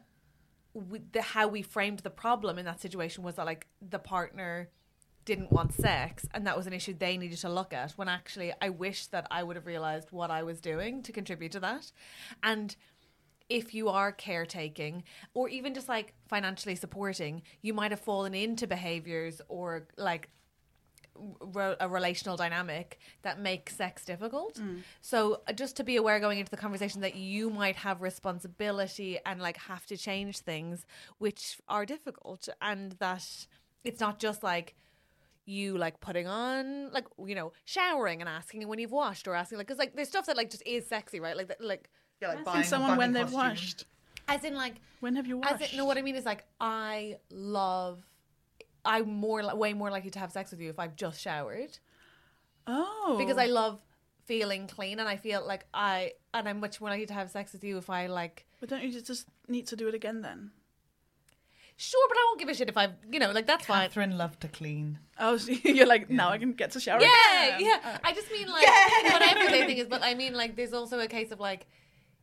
Speaker 3: we, the, how we framed the problem in that situation was that, like, the partner didn't want sex and that was an issue they needed to look at when actually I wish that I would have realized what I was doing to contribute to that. And if you are caretaking or even just like financially supporting, you might have fallen into behaviors or like ro- a relational dynamic that makes sex difficult. So uh, just to be aware going into the conversation that you might have responsibility and like have to change things which are difficult and that it's not just like you like putting on like you know showering and asking when you've washed or asking like because like there's stuff that like just is sexy, right? Like that like
Speaker 8: Yeah, like
Speaker 6: Asking
Speaker 8: buying
Speaker 6: someone when they've
Speaker 8: they've
Speaker 6: washed.
Speaker 3: as in like
Speaker 6: When have you
Speaker 3: as
Speaker 6: washed?
Speaker 3: in, no, what I mean is like I love. I'm more li- way more likely to have sex with you if I've just showered
Speaker 6: Oh.
Speaker 3: because I love feeling clean and I feel like I and I'm much more likely to have sex with you if I like
Speaker 6: But don't you ju- just need to do it again then?
Speaker 3: sure, but I won't give a shit if I you know like that's fine.
Speaker 2: Catherine loved to clean.
Speaker 6: Oh, so you're like, now I can get to shower.
Speaker 3: Yeah,
Speaker 6: again.
Speaker 3: yeah. I just mean like whatever they think is, but I mean like there's also a case of like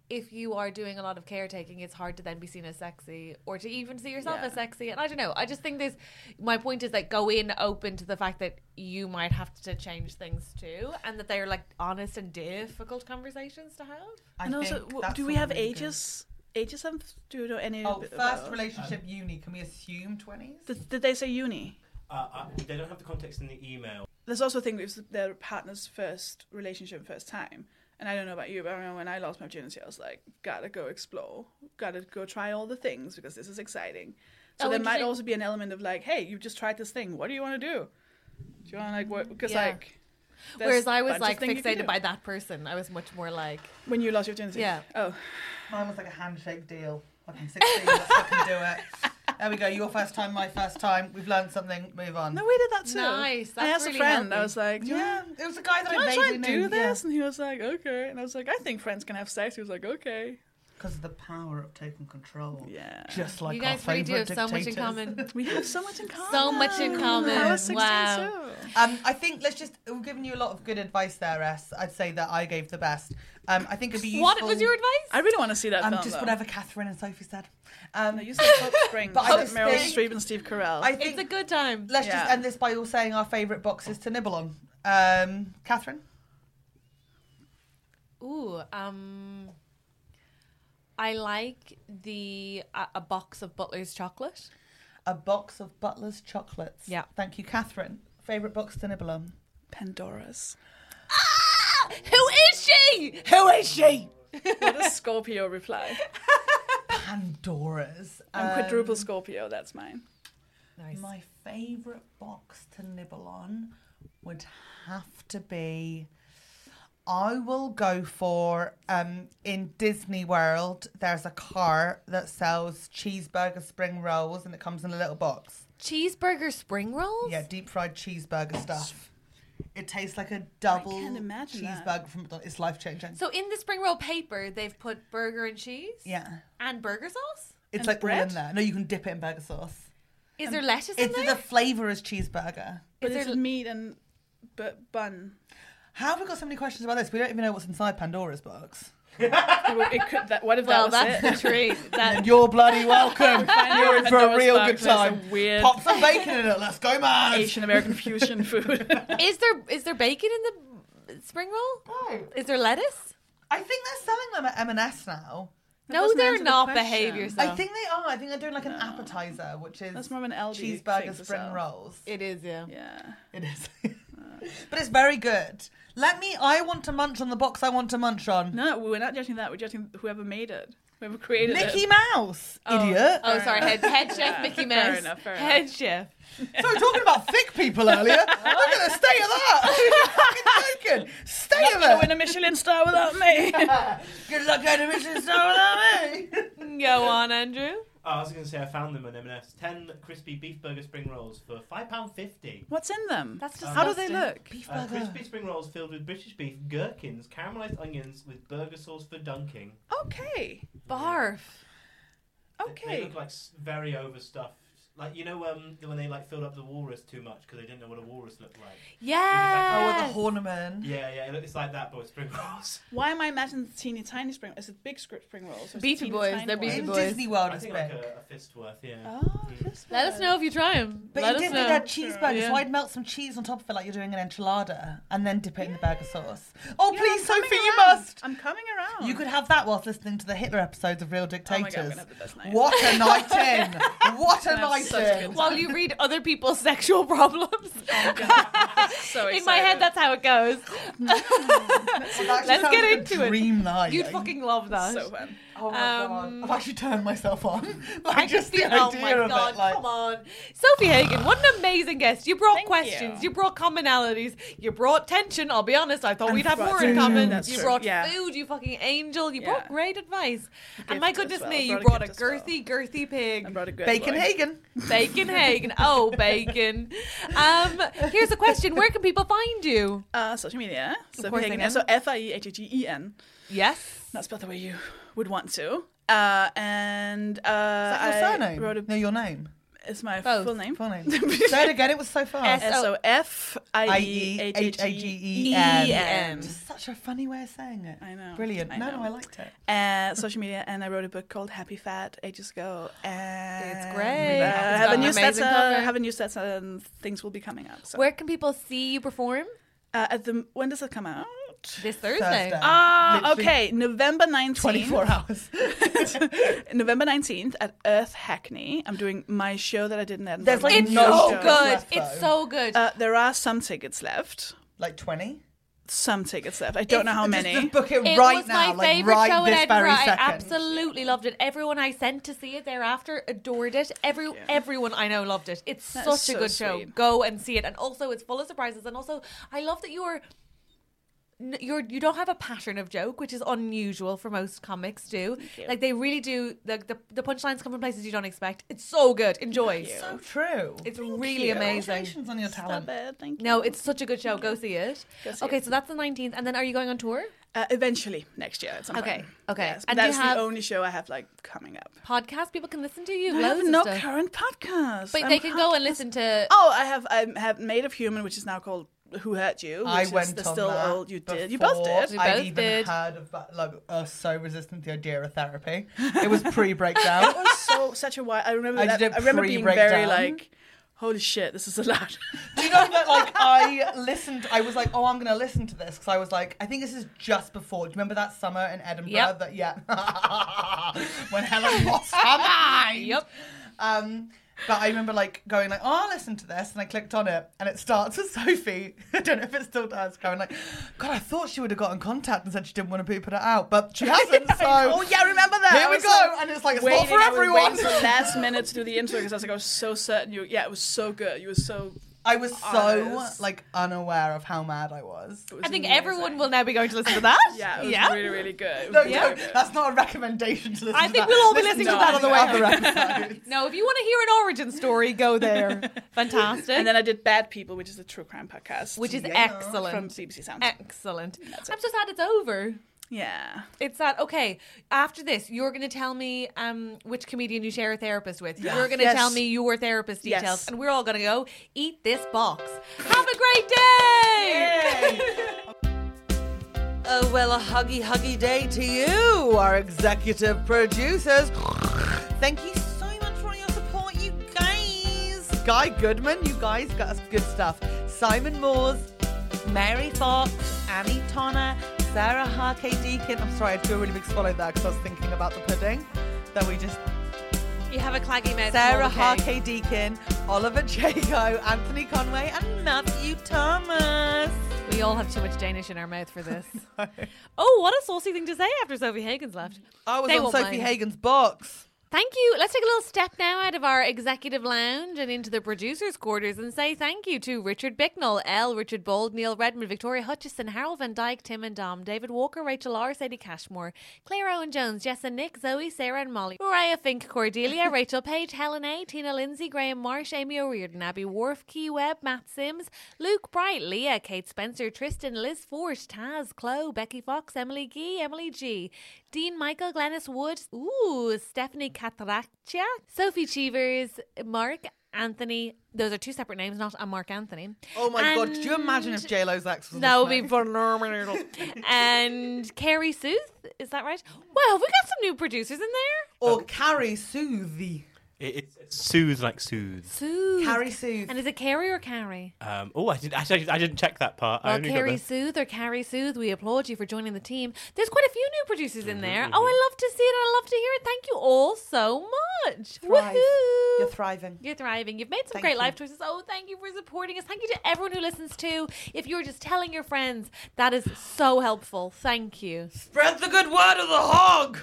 Speaker 3: if you are doing a lot of caretaking, it's hard to then be seen as sexy or to even see yourself
Speaker 6: Yeah.
Speaker 3: as sexy. And I don't know. I just think there's my point is like go in open to the fact that you might have to change things too, and that they're like honest and difficult conversations to have.
Speaker 2: I
Speaker 6: And also,
Speaker 2: think
Speaker 6: w-
Speaker 2: that's
Speaker 6: do we
Speaker 2: all
Speaker 6: have
Speaker 2: really good.
Speaker 6: ages? Ages of do you know any?
Speaker 2: Oh,
Speaker 6: bit
Speaker 2: first
Speaker 6: about-
Speaker 2: relationship uni. Can we assume twenties?
Speaker 6: Did, did they say uni?
Speaker 4: Uh, I, they don't have the context in the email.
Speaker 6: There's also a thing with their partner's first relationship, first time. And I don't know about you, but I remember when I lost my virginity, I was like, gotta go explore, gotta go try all the things because this is exciting. So
Speaker 3: Oh,
Speaker 6: there might
Speaker 3: interesting.
Speaker 6: also be an element of like, hey, you've just tried this thing. What do you want to do? Do you want to like work? Because
Speaker 3: Yeah.
Speaker 6: like, there's
Speaker 3: Whereas I
Speaker 6: bunch
Speaker 3: was
Speaker 6: of
Speaker 3: like
Speaker 6: things you can do.
Speaker 3: fixated by that person. I was much more like
Speaker 6: when you lost your virginity.
Speaker 3: Yeah.
Speaker 6: Oh,
Speaker 2: Mine was like a handshake deal. Fucking sixteen. let's fucking do it. There we go. Your first time, my first time. We've learned something. Move on.
Speaker 6: no, we did that too.
Speaker 3: Nice,
Speaker 6: I
Speaker 3: that's
Speaker 6: asked
Speaker 3: really
Speaker 6: a friend.
Speaker 3: healthy.
Speaker 6: I was like, do you
Speaker 2: yeah,
Speaker 6: wanna-
Speaker 2: it was a guy that
Speaker 6: Can I
Speaker 2: I
Speaker 6: try
Speaker 2: vaguely
Speaker 6: and
Speaker 2: knew.
Speaker 6: do this? And he was like, okay. And I was like, I think friends can have sex. He was like, okay.
Speaker 2: because of the power of taking control.
Speaker 6: Yeah.
Speaker 2: Just like
Speaker 3: you guys
Speaker 2: our
Speaker 3: really do have
Speaker 2: favorite
Speaker 3: so much in
Speaker 2: dictators.
Speaker 3: common.
Speaker 6: We have so much in common.
Speaker 3: so much in common.
Speaker 6: I was 16
Speaker 3: wow.
Speaker 6: too.
Speaker 2: Um, I think let's just we've given you a lot of good advice there, S. I'd say that I gave the best. Um, I think it'd be useful.
Speaker 3: What was your advice?
Speaker 6: I really want to see that
Speaker 2: Um,
Speaker 6: film.
Speaker 2: just
Speaker 6: though.
Speaker 2: whatever Catherine and Sophie said. Um,
Speaker 6: No, you said Hot Springs.
Speaker 2: But I
Speaker 6: But
Speaker 2: just
Speaker 6: Meryl
Speaker 2: think-
Speaker 6: Streep and Steve Carell.
Speaker 2: I
Speaker 3: It's
Speaker 2: think
Speaker 3: a good time.
Speaker 2: let's just
Speaker 6: Yeah.
Speaker 2: end this by all saying our favourite boxes to nibble on. Um, Catherine,
Speaker 3: Ooh, um, I like the uh, a, a box of Butler's chocolate.
Speaker 2: a box of Butler's chocolates.
Speaker 3: Yeah.
Speaker 2: Thank you, Catherine. Favourite box to nibble on.
Speaker 6: Pandora's.
Speaker 3: Who is she? Who is she?
Speaker 6: What a Scorpio reply.
Speaker 2: Pandora's.
Speaker 6: I'm quadruple Scorpio. That's mine.
Speaker 3: Nice.
Speaker 2: My favourite box to nibble on would have to be. I will go for um, in Disney World. There's a car that sells cheeseburger spring rolls, and it comes in a little box.
Speaker 3: Cheeseburger spring rolls.
Speaker 2: Yeah, deep fried cheeseburger stuff. It tastes like a double
Speaker 6: can't imagine
Speaker 2: cheeseburger
Speaker 6: that.
Speaker 2: from McDonald's. It's life changing.
Speaker 3: So in the spring roll paper, they've put burger and cheese.
Speaker 2: yeah,
Speaker 3: And burger sauce.
Speaker 2: it's
Speaker 6: And
Speaker 2: like all
Speaker 6: bread?
Speaker 2: in there. No, you can dip it in burger sauce.
Speaker 3: Is there lettuce in
Speaker 2: Um, It's
Speaker 3: there?
Speaker 2: the flavour is cheeseburger.
Speaker 6: But
Speaker 3: there
Speaker 6: it's
Speaker 3: l-
Speaker 6: meat and bu- bun.
Speaker 2: How have we got so many questions about this? We don't even know what's inside Pandora's box.
Speaker 6: It would- it could, that, what if
Speaker 3: well,
Speaker 6: that was
Speaker 3: that's
Speaker 6: it?
Speaker 3: the treat. That
Speaker 2: You're bloody welcome.
Speaker 6: Find
Speaker 2: You're
Speaker 6: your
Speaker 2: in for a
Speaker 6: Pandora's
Speaker 2: real
Speaker 6: box.
Speaker 2: good
Speaker 6: There's
Speaker 2: time.
Speaker 6: A weird
Speaker 2: Pop some bacon in it. Let's go, man.
Speaker 6: Asian American fusion food.
Speaker 3: is there. Is there bacon in the spring roll?
Speaker 2: No.
Speaker 3: Is there lettuce?
Speaker 2: I think they're selling them at M&S now.
Speaker 3: No,
Speaker 6: doesn't
Speaker 3: they're
Speaker 6: answer the
Speaker 3: not.
Speaker 6: question.
Speaker 3: Behave
Speaker 6: I
Speaker 3: yourself.
Speaker 2: I think they are. I think they're doing like an appetizer, which is
Speaker 6: That's more of an Aldi thing
Speaker 2: cheeseburger
Speaker 6: to
Speaker 2: spring
Speaker 6: sell. Uh.
Speaker 2: rolls.
Speaker 3: it is. Yeah.
Speaker 6: yeah.
Speaker 2: It is. but it's very good. Let me. I want to munch on the box. I want to munch on.
Speaker 6: No, we're not judging that. We're judging whoever made it, whoever created it.
Speaker 2: Mickey Mouse, idiot.
Speaker 3: Oh, sorry, head, head chef Mickey Mouse.
Speaker 6: fair enough, fair
Speaker 3: head
Speaker 6: enough.
Speaker 3: chef.
Speaker 2: So we're talking about thick people earlier. Look at the state of that. Fucking joking. State
Speaker 6: Not gonna
Speaker 2: of
Speaker 6: win a
Speaker 2: it.
Speaker 6: Michelin star without me.
Speaker 2: Good luck going to Michelin Star without me.
Speaker 3: Go on, Andrew.
Speaker 4: Oh, I was going to say I found them at M&S. Ten crispy beef burger spring rolls for five pound fifty.
Speaker 6: What's in them?
Speaker 3: That's
Speaker 4: Oh,
Speaker 6: How do they
Speaker 3: disgusting.
Speaker 6: look?
Speaker 4: Uh, crispy spring rolls filled with British beef, gherkins, caramelized onions with burger sauce for dunking.
Speaker 6: Okay.
Speaker 3: Barf.
Speaker 4: They
Speaker 6: Okay.
Speaker 4: look like s- very overstuffed. Like you know um, when they like filled up the walrus too much because they didn't know what a walrus looked like.
Speaker 3: Yeah.
Speaker 2: Oh, with the Horniman.
Speaker 4: Yeah, yeah, it looks like that, but with spring rolls.
Speaker 6: Why am I imagining teeny tiny spring? Is it big script spring rolls? or is it
Speaker 3: Beastie
Speaker 6: teeny
Speaker 3: Boys,
Speaker 6: tiny
Speaker 3: they're
Speaker 6: ones?
Speaker 3: Beastie
Speaker 2: In
Speaker 3: Boys.
Speaker 2: Disney World,
Speaker 4: I
Speaker 2: it's
Speaker 4: think
Speaker 2: big.
Speaker 4: like a, a fist worth, yeah.
Speaker 6: Oh, this
Speaker 3: Let us
Speaker 6: one.
Speaker 3: know if you try them.
Speaker 2: But
Speaker 3: Let
Speaker 2: in
Speaker 3: us
Speaker 2: Disney,
Speaker 3: know.
Speaker 2: they had cheeseburgers,
Speaker 3: Yeah.
Speaker 2: so I'd melt some cheese on top of it like you're doing an enchilada and then dip it in the burger sauce. Oh, please,
Speaker 6: I'm
Speaker 2: Sophie,
Speaker 6: coming
Speaker 2: you
Speaker 6: around.
Speaker 2: must.
Speaker 6: I'm coming around.
Speaker 2: You could have that whilst listening to the Hitler episodes of Real
Speaker 6: Oh my
Speaker 2: Dictators.
Speaker 6: God, I'm gonna have the best night.
Speaker 2: What a night in! What a
Speaker 6: That's
Speaker 2: night
Speaker 6: such a
Speaker 2: in!
Speaker 6: good
Speaker 3: While you read other people's sexual problems.
Speaker 6: Oh, So
Speaker 3: in my head,
Speaker 6: excited.
Speaker 3: that's how it goes.
Speaker 2: Well, that
Speaker 3: Let's
Speaker 2: sounds
Speaker 3: get
Speaker 2: like a
Speaker 3: into it.
Speaker 2: Dream night.
Speaker 3: You'd fucking love that.
Speaker 6: so fun.
Speaker 2: Oh my god! I've actually turned myself on. Like
Speaker 3: Um, I
Speaker 2: just
Speaker 3: can
Speaker 2: the
Speaker 3: see-
Speaker 2: idea
Speaker 3: oh my
Speaker 2: of
Speaker 3: god,
Speaker 2: it. Like,
Speaker 3: come on. Sophie Hagen, what an amazing guest. You brought
Speaker 6: Thank
Speaker 3: questions, you.
Speaker 6: you.
Speaker 3: brought commonalities, you brought tension. I'll be honest, I thought we'd have
Speaker 6: brought
Speaker 3: more
Speaker 2: Mm-hmm.
Speaker 3: in
Speaker 6: food.
Speaker 3: common.
Speaker 6: That's
Speaker 3: you
Speaker 6: true.
Speaker 3: brought
Speaker 6: Yeah.
Speaker 3: food, you fucking angel, you brought
Speaker 6: Yeah.
Speaker 3: great advice. and my
Speaker 6: gift as
Speaker 3: goodness
Speaker 6: well,
Speaker 3: me, you brought
Speaker 6: brought
Speaker 3: a
Speaker 6: a gift as well.
Speaker 3: girthy, girthy pig.
Speaker 6: I brought a good
Speaker 2: Bacon
Speaker 6: boy.
Speaker 2: Hagen.
Speaker 3: Bacon Hagen. Oh, bacon. Um, here's a question. Where can people find you?
Speaker 6: Uh, social media. So
Speaker 3: course
Speaker 6: Hagen.
Speaker 3: they can.
Speaker 6: So F I E H H E E N.
Speaker 3: Yes.
Speaker 6: Not spelled the way you would want to. Uh, and uh,
Speaker 2: Is that your
Speaker 6: I
Speaker 2: surname?
Speaker 6: wrote a-
Speaker 2: no, your name.
Speaker 6: it's my
Speaker 3: Both.
Speaker 6: full name.
Speaker 2: Full name. Say it again. It was so fast.
Speaker 3: S-
Speaker 6: S O F I E H H E E N.
Speaker 2: Such a funny way of saying it.
Speaker 6: I know,
Speaker 2: Brilliant.
Speaker 6: I
Speaker 2: no,
Speaker 6: know.
Speaker 2: no, I liked it.
Speaker 6: Uh, social media, and I wrote a book called Happy Fat ages ago. And
Speaker 3: great.
Speaker 6: Uh,
Speaker 3: It's
Speaker 6: have
Speaker 3: got
Speaker 6: a
Speaker 3: an
Speaker 6: new set.
Speaker 3: amazing cover.
Speaker 6: Uh, have a new set, and things will be coming up. So
Speaker 3: Where can people see you perform?
Speaker 6: uh, at the when does it come out?
Speaker 3: This Thursday.
Speaker 2: Thursday.
Speaker 6: Ah,
Speaker 2: Literally
Speaker 6: okay, November nineteenth.
Speaker 2: 24 hours.
Speaker 6: November 19th at Earth Hackney. I'm doing my show that I did in Edinburgh.
Speaker 2: There's, like,
Speaker 3: It's
Speaker 2: No
Speaker 3: so
Speaker 2: shows
Speaker 3: Oh, good.
Speaker 2: left,
Speaker 3: It's
Speaker 2: though.
Speaker 3: so good.
Speaker 6: Uh, there are some tickets left.
Speaker 2: Like 20?
Speaker 6: Some tickets left. I don't know how
Speaker 2: Just-
Speaker 6: many.
Speaker 2: Just book it,
Speaker 3: It
Speaker 2: right
Speaker 3: was
Speaker 2: now.
Speaker 3: my
Speaker 2: like,
Speaker 3: favorite
Speaker 2: right
Speaker 3: show in
Speaker 2: this
Speaker 3: Edinburgh.
Speaker 2: very
Speaker 3: I
Speaker 2: second.
Speaker 3: absolutely loved it. Everyone I sent to see it thereafter adored it. Every everyone I know loved it. It's
Speaker 6: That
Speaker 3: such
Speaker 6: is
Speaker 3: a
Speaker 6: so
Speaker 3: good show.
Speaker 6: sweet.
Speaker 3: Go and see it. And also, it's full of surprises. And also, I love that you're. n- You're, you don't have a pattern of joke, which is unusual for most comics. Do like they really do. Like the, the punchlines come from places you don't expect. It's so good. Enjoy.
Speaker 2: So true.
Speaker 3: It's really amazing.
Speaker 2: Congratulations on your
Speaker 6: Stop
Speaker 2: talent.
Speaker 6: it. Thank you.
Speaker 3: No, it's such a good show. Go see it.
Speaker 6: see
Speaker 3: okay,
Speaker 6: it.
Speaker 3: so that's the nineteenth, and then are you going on tour?
Speaker 6: Uh, eventually next year. At some
Speaker 3: Okay,
Speaker 6: Point.
Speaker 3: okay.
Speaker 6: Yes, but
Speaker 3: And do you
Speaker 6: that's
Speaker 3: have-
Speaker 6: the only show I have like coming up.
Speaker 3: Podcast people can listen to you.
Speaker 6: I
Speaker 3: loads
Speaker 6: have
Speaker 3: of
Speaker 6: no
Speaker 3: stuff.
Speaker 6: current podcast.
Speaker 3: But
Speaker 6: I'm
Speaker 3: they can go
Speaker 6: hot
Speaker 3: and
Speaker 6: as-
Speaker 3: listen to.
Speaker 6: Oh, I have. I have Made of Human, which is now called Who Hurt You. Which
Speaker 2: I
Speaker 6: is
Speaker 2: went
Speaker 6: the
Speaker 2: on
Speaker 6: still
Speaker 2: that
Speaker 6: old. You did. You both
Speaker 2: before
Speaker 6: did.
Speaker 3: We
Speaker 2: I'd
Speaker 3: both
Speaker 2: even
Speaker 3: did.
Speaker 2: heard of that, like, oh, so resistant to the idea of therapy. It was pre-breakdown.
Speaker 6: It was so such a while. I remember.
Speaker 2: I
Speaker 6: that,
Speaker 2: did a
Speaker 6: I remember being very
Speaker 2: pre-breakdown.
Speaker 6: like, holy shit, this is a lot.
Speaker 2: Do you know that like I listened? I was like, oh, I'm gonna listen to this because I was like, I think this is just before. Do you remember that summer in Edinburgh?
Speaker 3: Yep.
Speaker 2: That yeah, when Helen lost her mind.
Speaker 3: Yep.
Speaker 2: Um, but I remember like going like, oh, I'll listen to this, and I clicked on it, and it starts with Sophie. I don't know if it still does. Going like, God, I thought she would have got in contact and said she didn't want to be put it out, but she hasn't. So
Speaker 6: oh yeah, I remember that.
Speaker 2: Here
Speaker 6: I
Speaker 2: we
Speaker 6: was,
Speaker 2: go,
Speaker 6: like,
Speaker 2: and it's like it's not
Speaker 6: waiting,
Speaker 2: for
Speaker 6: I was
Speaker 2: everyone.
Speaker 6: waiting till last minute to do the intro because I was like, I was so certain you. Yeah, it was so good. You were so.
Speaker 2: I was so
Speaker 6: honest.
Speaker 2: like unaware of how mad I was.
Speaker 6: it was
Speaker 3: I think
Speaker 6: amazing.
Speaker 3: everyone will now be going to listen to that.
Speaker 6: Yeah, it was really, really good.
Speaker 2: No,
Speaker 6: Really
Speaker 2: no,
Speaker 6: good.
Speaker 2: that's not a recommendation to listen
Speaker 3: I
Speaker 2: to
Speaker 3: think
Speaker 2: that.
Speaker 3: we'll all be
Speaker 2: Listen
Speaker 3: listening to that on the way
Speaker 2: other episodes.
Speaker 3: No, if you want to hear an origin story, go there. Fantastic.
Speaker 6: And then I did Bad People, which is a true crime podcast,
Speaker 3: Which is
Speaker 2: Yeah.
Speaker 6: from
Speaker 3: excellent.
Speaker 6: BBC Sound.
Speaker 3: Excellent. I'm so sad it's over.
Speaker 6: yeah.
Speaker 3: It's sad. Okay, after this, you're going to tell me um, which comedian you share a therapist with. You're going to
Speaker 6: Yes.
Speaker 3: tell me your therapist
Speaker 6: Yes.
Speaker 3: details, and we're all going to go eat this box. Have a great day.
Speaker 2: Oh, well, a huggy, huggy day to you, our executive producers. Thank you so much for all your support, you guys. Guy Goodman, you guys got us good stuff. Simon Moores, Mary Fox, Annie Tonner, Sarah Harkey Deacon. I'm sorry, I do a really big swallow there because I was thinking about the pudding that we just
Speaker 3: You have a claggy mouth.
Speaker 2: Sarah
Speaker 3: Paul McKay.
Speaker 2: Harkey Deacon, Oliver Jago, Anthony Conway, and Matthew Thomas.
Speaker 3: We all have too much Danish in our mouth for this. Oh, what a saucy thing to say after Sophie Hagen's left.
Speaker 2: I was
Speaker 3: They
Speaker 2: on
Speaker 3: won't
Speaker 2: Sophie
Speaker 3: mind.
Speaker 2: Hagen's box.
Speaker 3: Thank you. Let's take a little step now out of our executive lounge and into the producers' quarters and say thank you to Richard Bicknell, L. Richard Bold, Neil Redmond, Victoria Hutchison, Harold Van Dyke, Tim and Dom, David Walker, Rachel R, Sadie Cashmore, Claire Owen Jones, Jess and Nick, Zoe, Sarah and Molly, Mariah Fink, Cordelia, Rachel Page, Helen A, Tina Lindsay, Graham Marsh, Amy O'Riordan, Abby Wharf, Key Webb, Matt Sims, Luke Bright, Leah, Kate Spencer, Tristan, Liz Forge, Taz, Chloe, Becky Fox, Emily Gee, Emily G, Dean Michael, Glennis Wood, ooh, Stephanie Cataraccia, Sophie Cheevers, Mark Anthony. Those are two separate names, not a Mark Anthony.
Speaker 2: Oh my god, could you
Speaker 3: And-
Speaker 2: imagine if J Lo's ex was
Speaker 3: that would
Speaker 2: listening?
Speaker 3: be phenomenal. and Carrie Sooth, is that right? Well, have we got some new producers in there?
Speaker 2: or Carrie Soothy.
Speaker 4: It, it's soothe like soothe.
Speaker 3: Sooth.
Speaker 2: Carrie Sooth.
Speaker 3: And is it Carrie or Carrie?
Speaker 4: Um, oh, I didn't. Actually, I didn't check that part. I
Speaker 3: Well,
Speaker 4: only got
Speaker 3: Carrie
Speaker 4: the-
Speaker 3: Sooth or Carrie Sooth, we applaud you for joining the team. There's quite a few new producers
Speaker 4: Mm-hmm,
Speaker 3: in there. Oh, I love to see it. I love to hear it. Thank you all so much.
Speaker 2: Thrive.
Speaker 3: Woohoo!
Speaker 2: You're thriving.
Speaker 3: You're thriving. You've made some
Speaker 2: Thank
Speaker 3: great
Speaker 2: you.
Speaker 3: life choices. Oh, thank you for supporting us. Thank you to everyone who listens too. If you're just telling your friends, that is so helpful. Thank you.
Speaker 2: Spread the good word of the hog.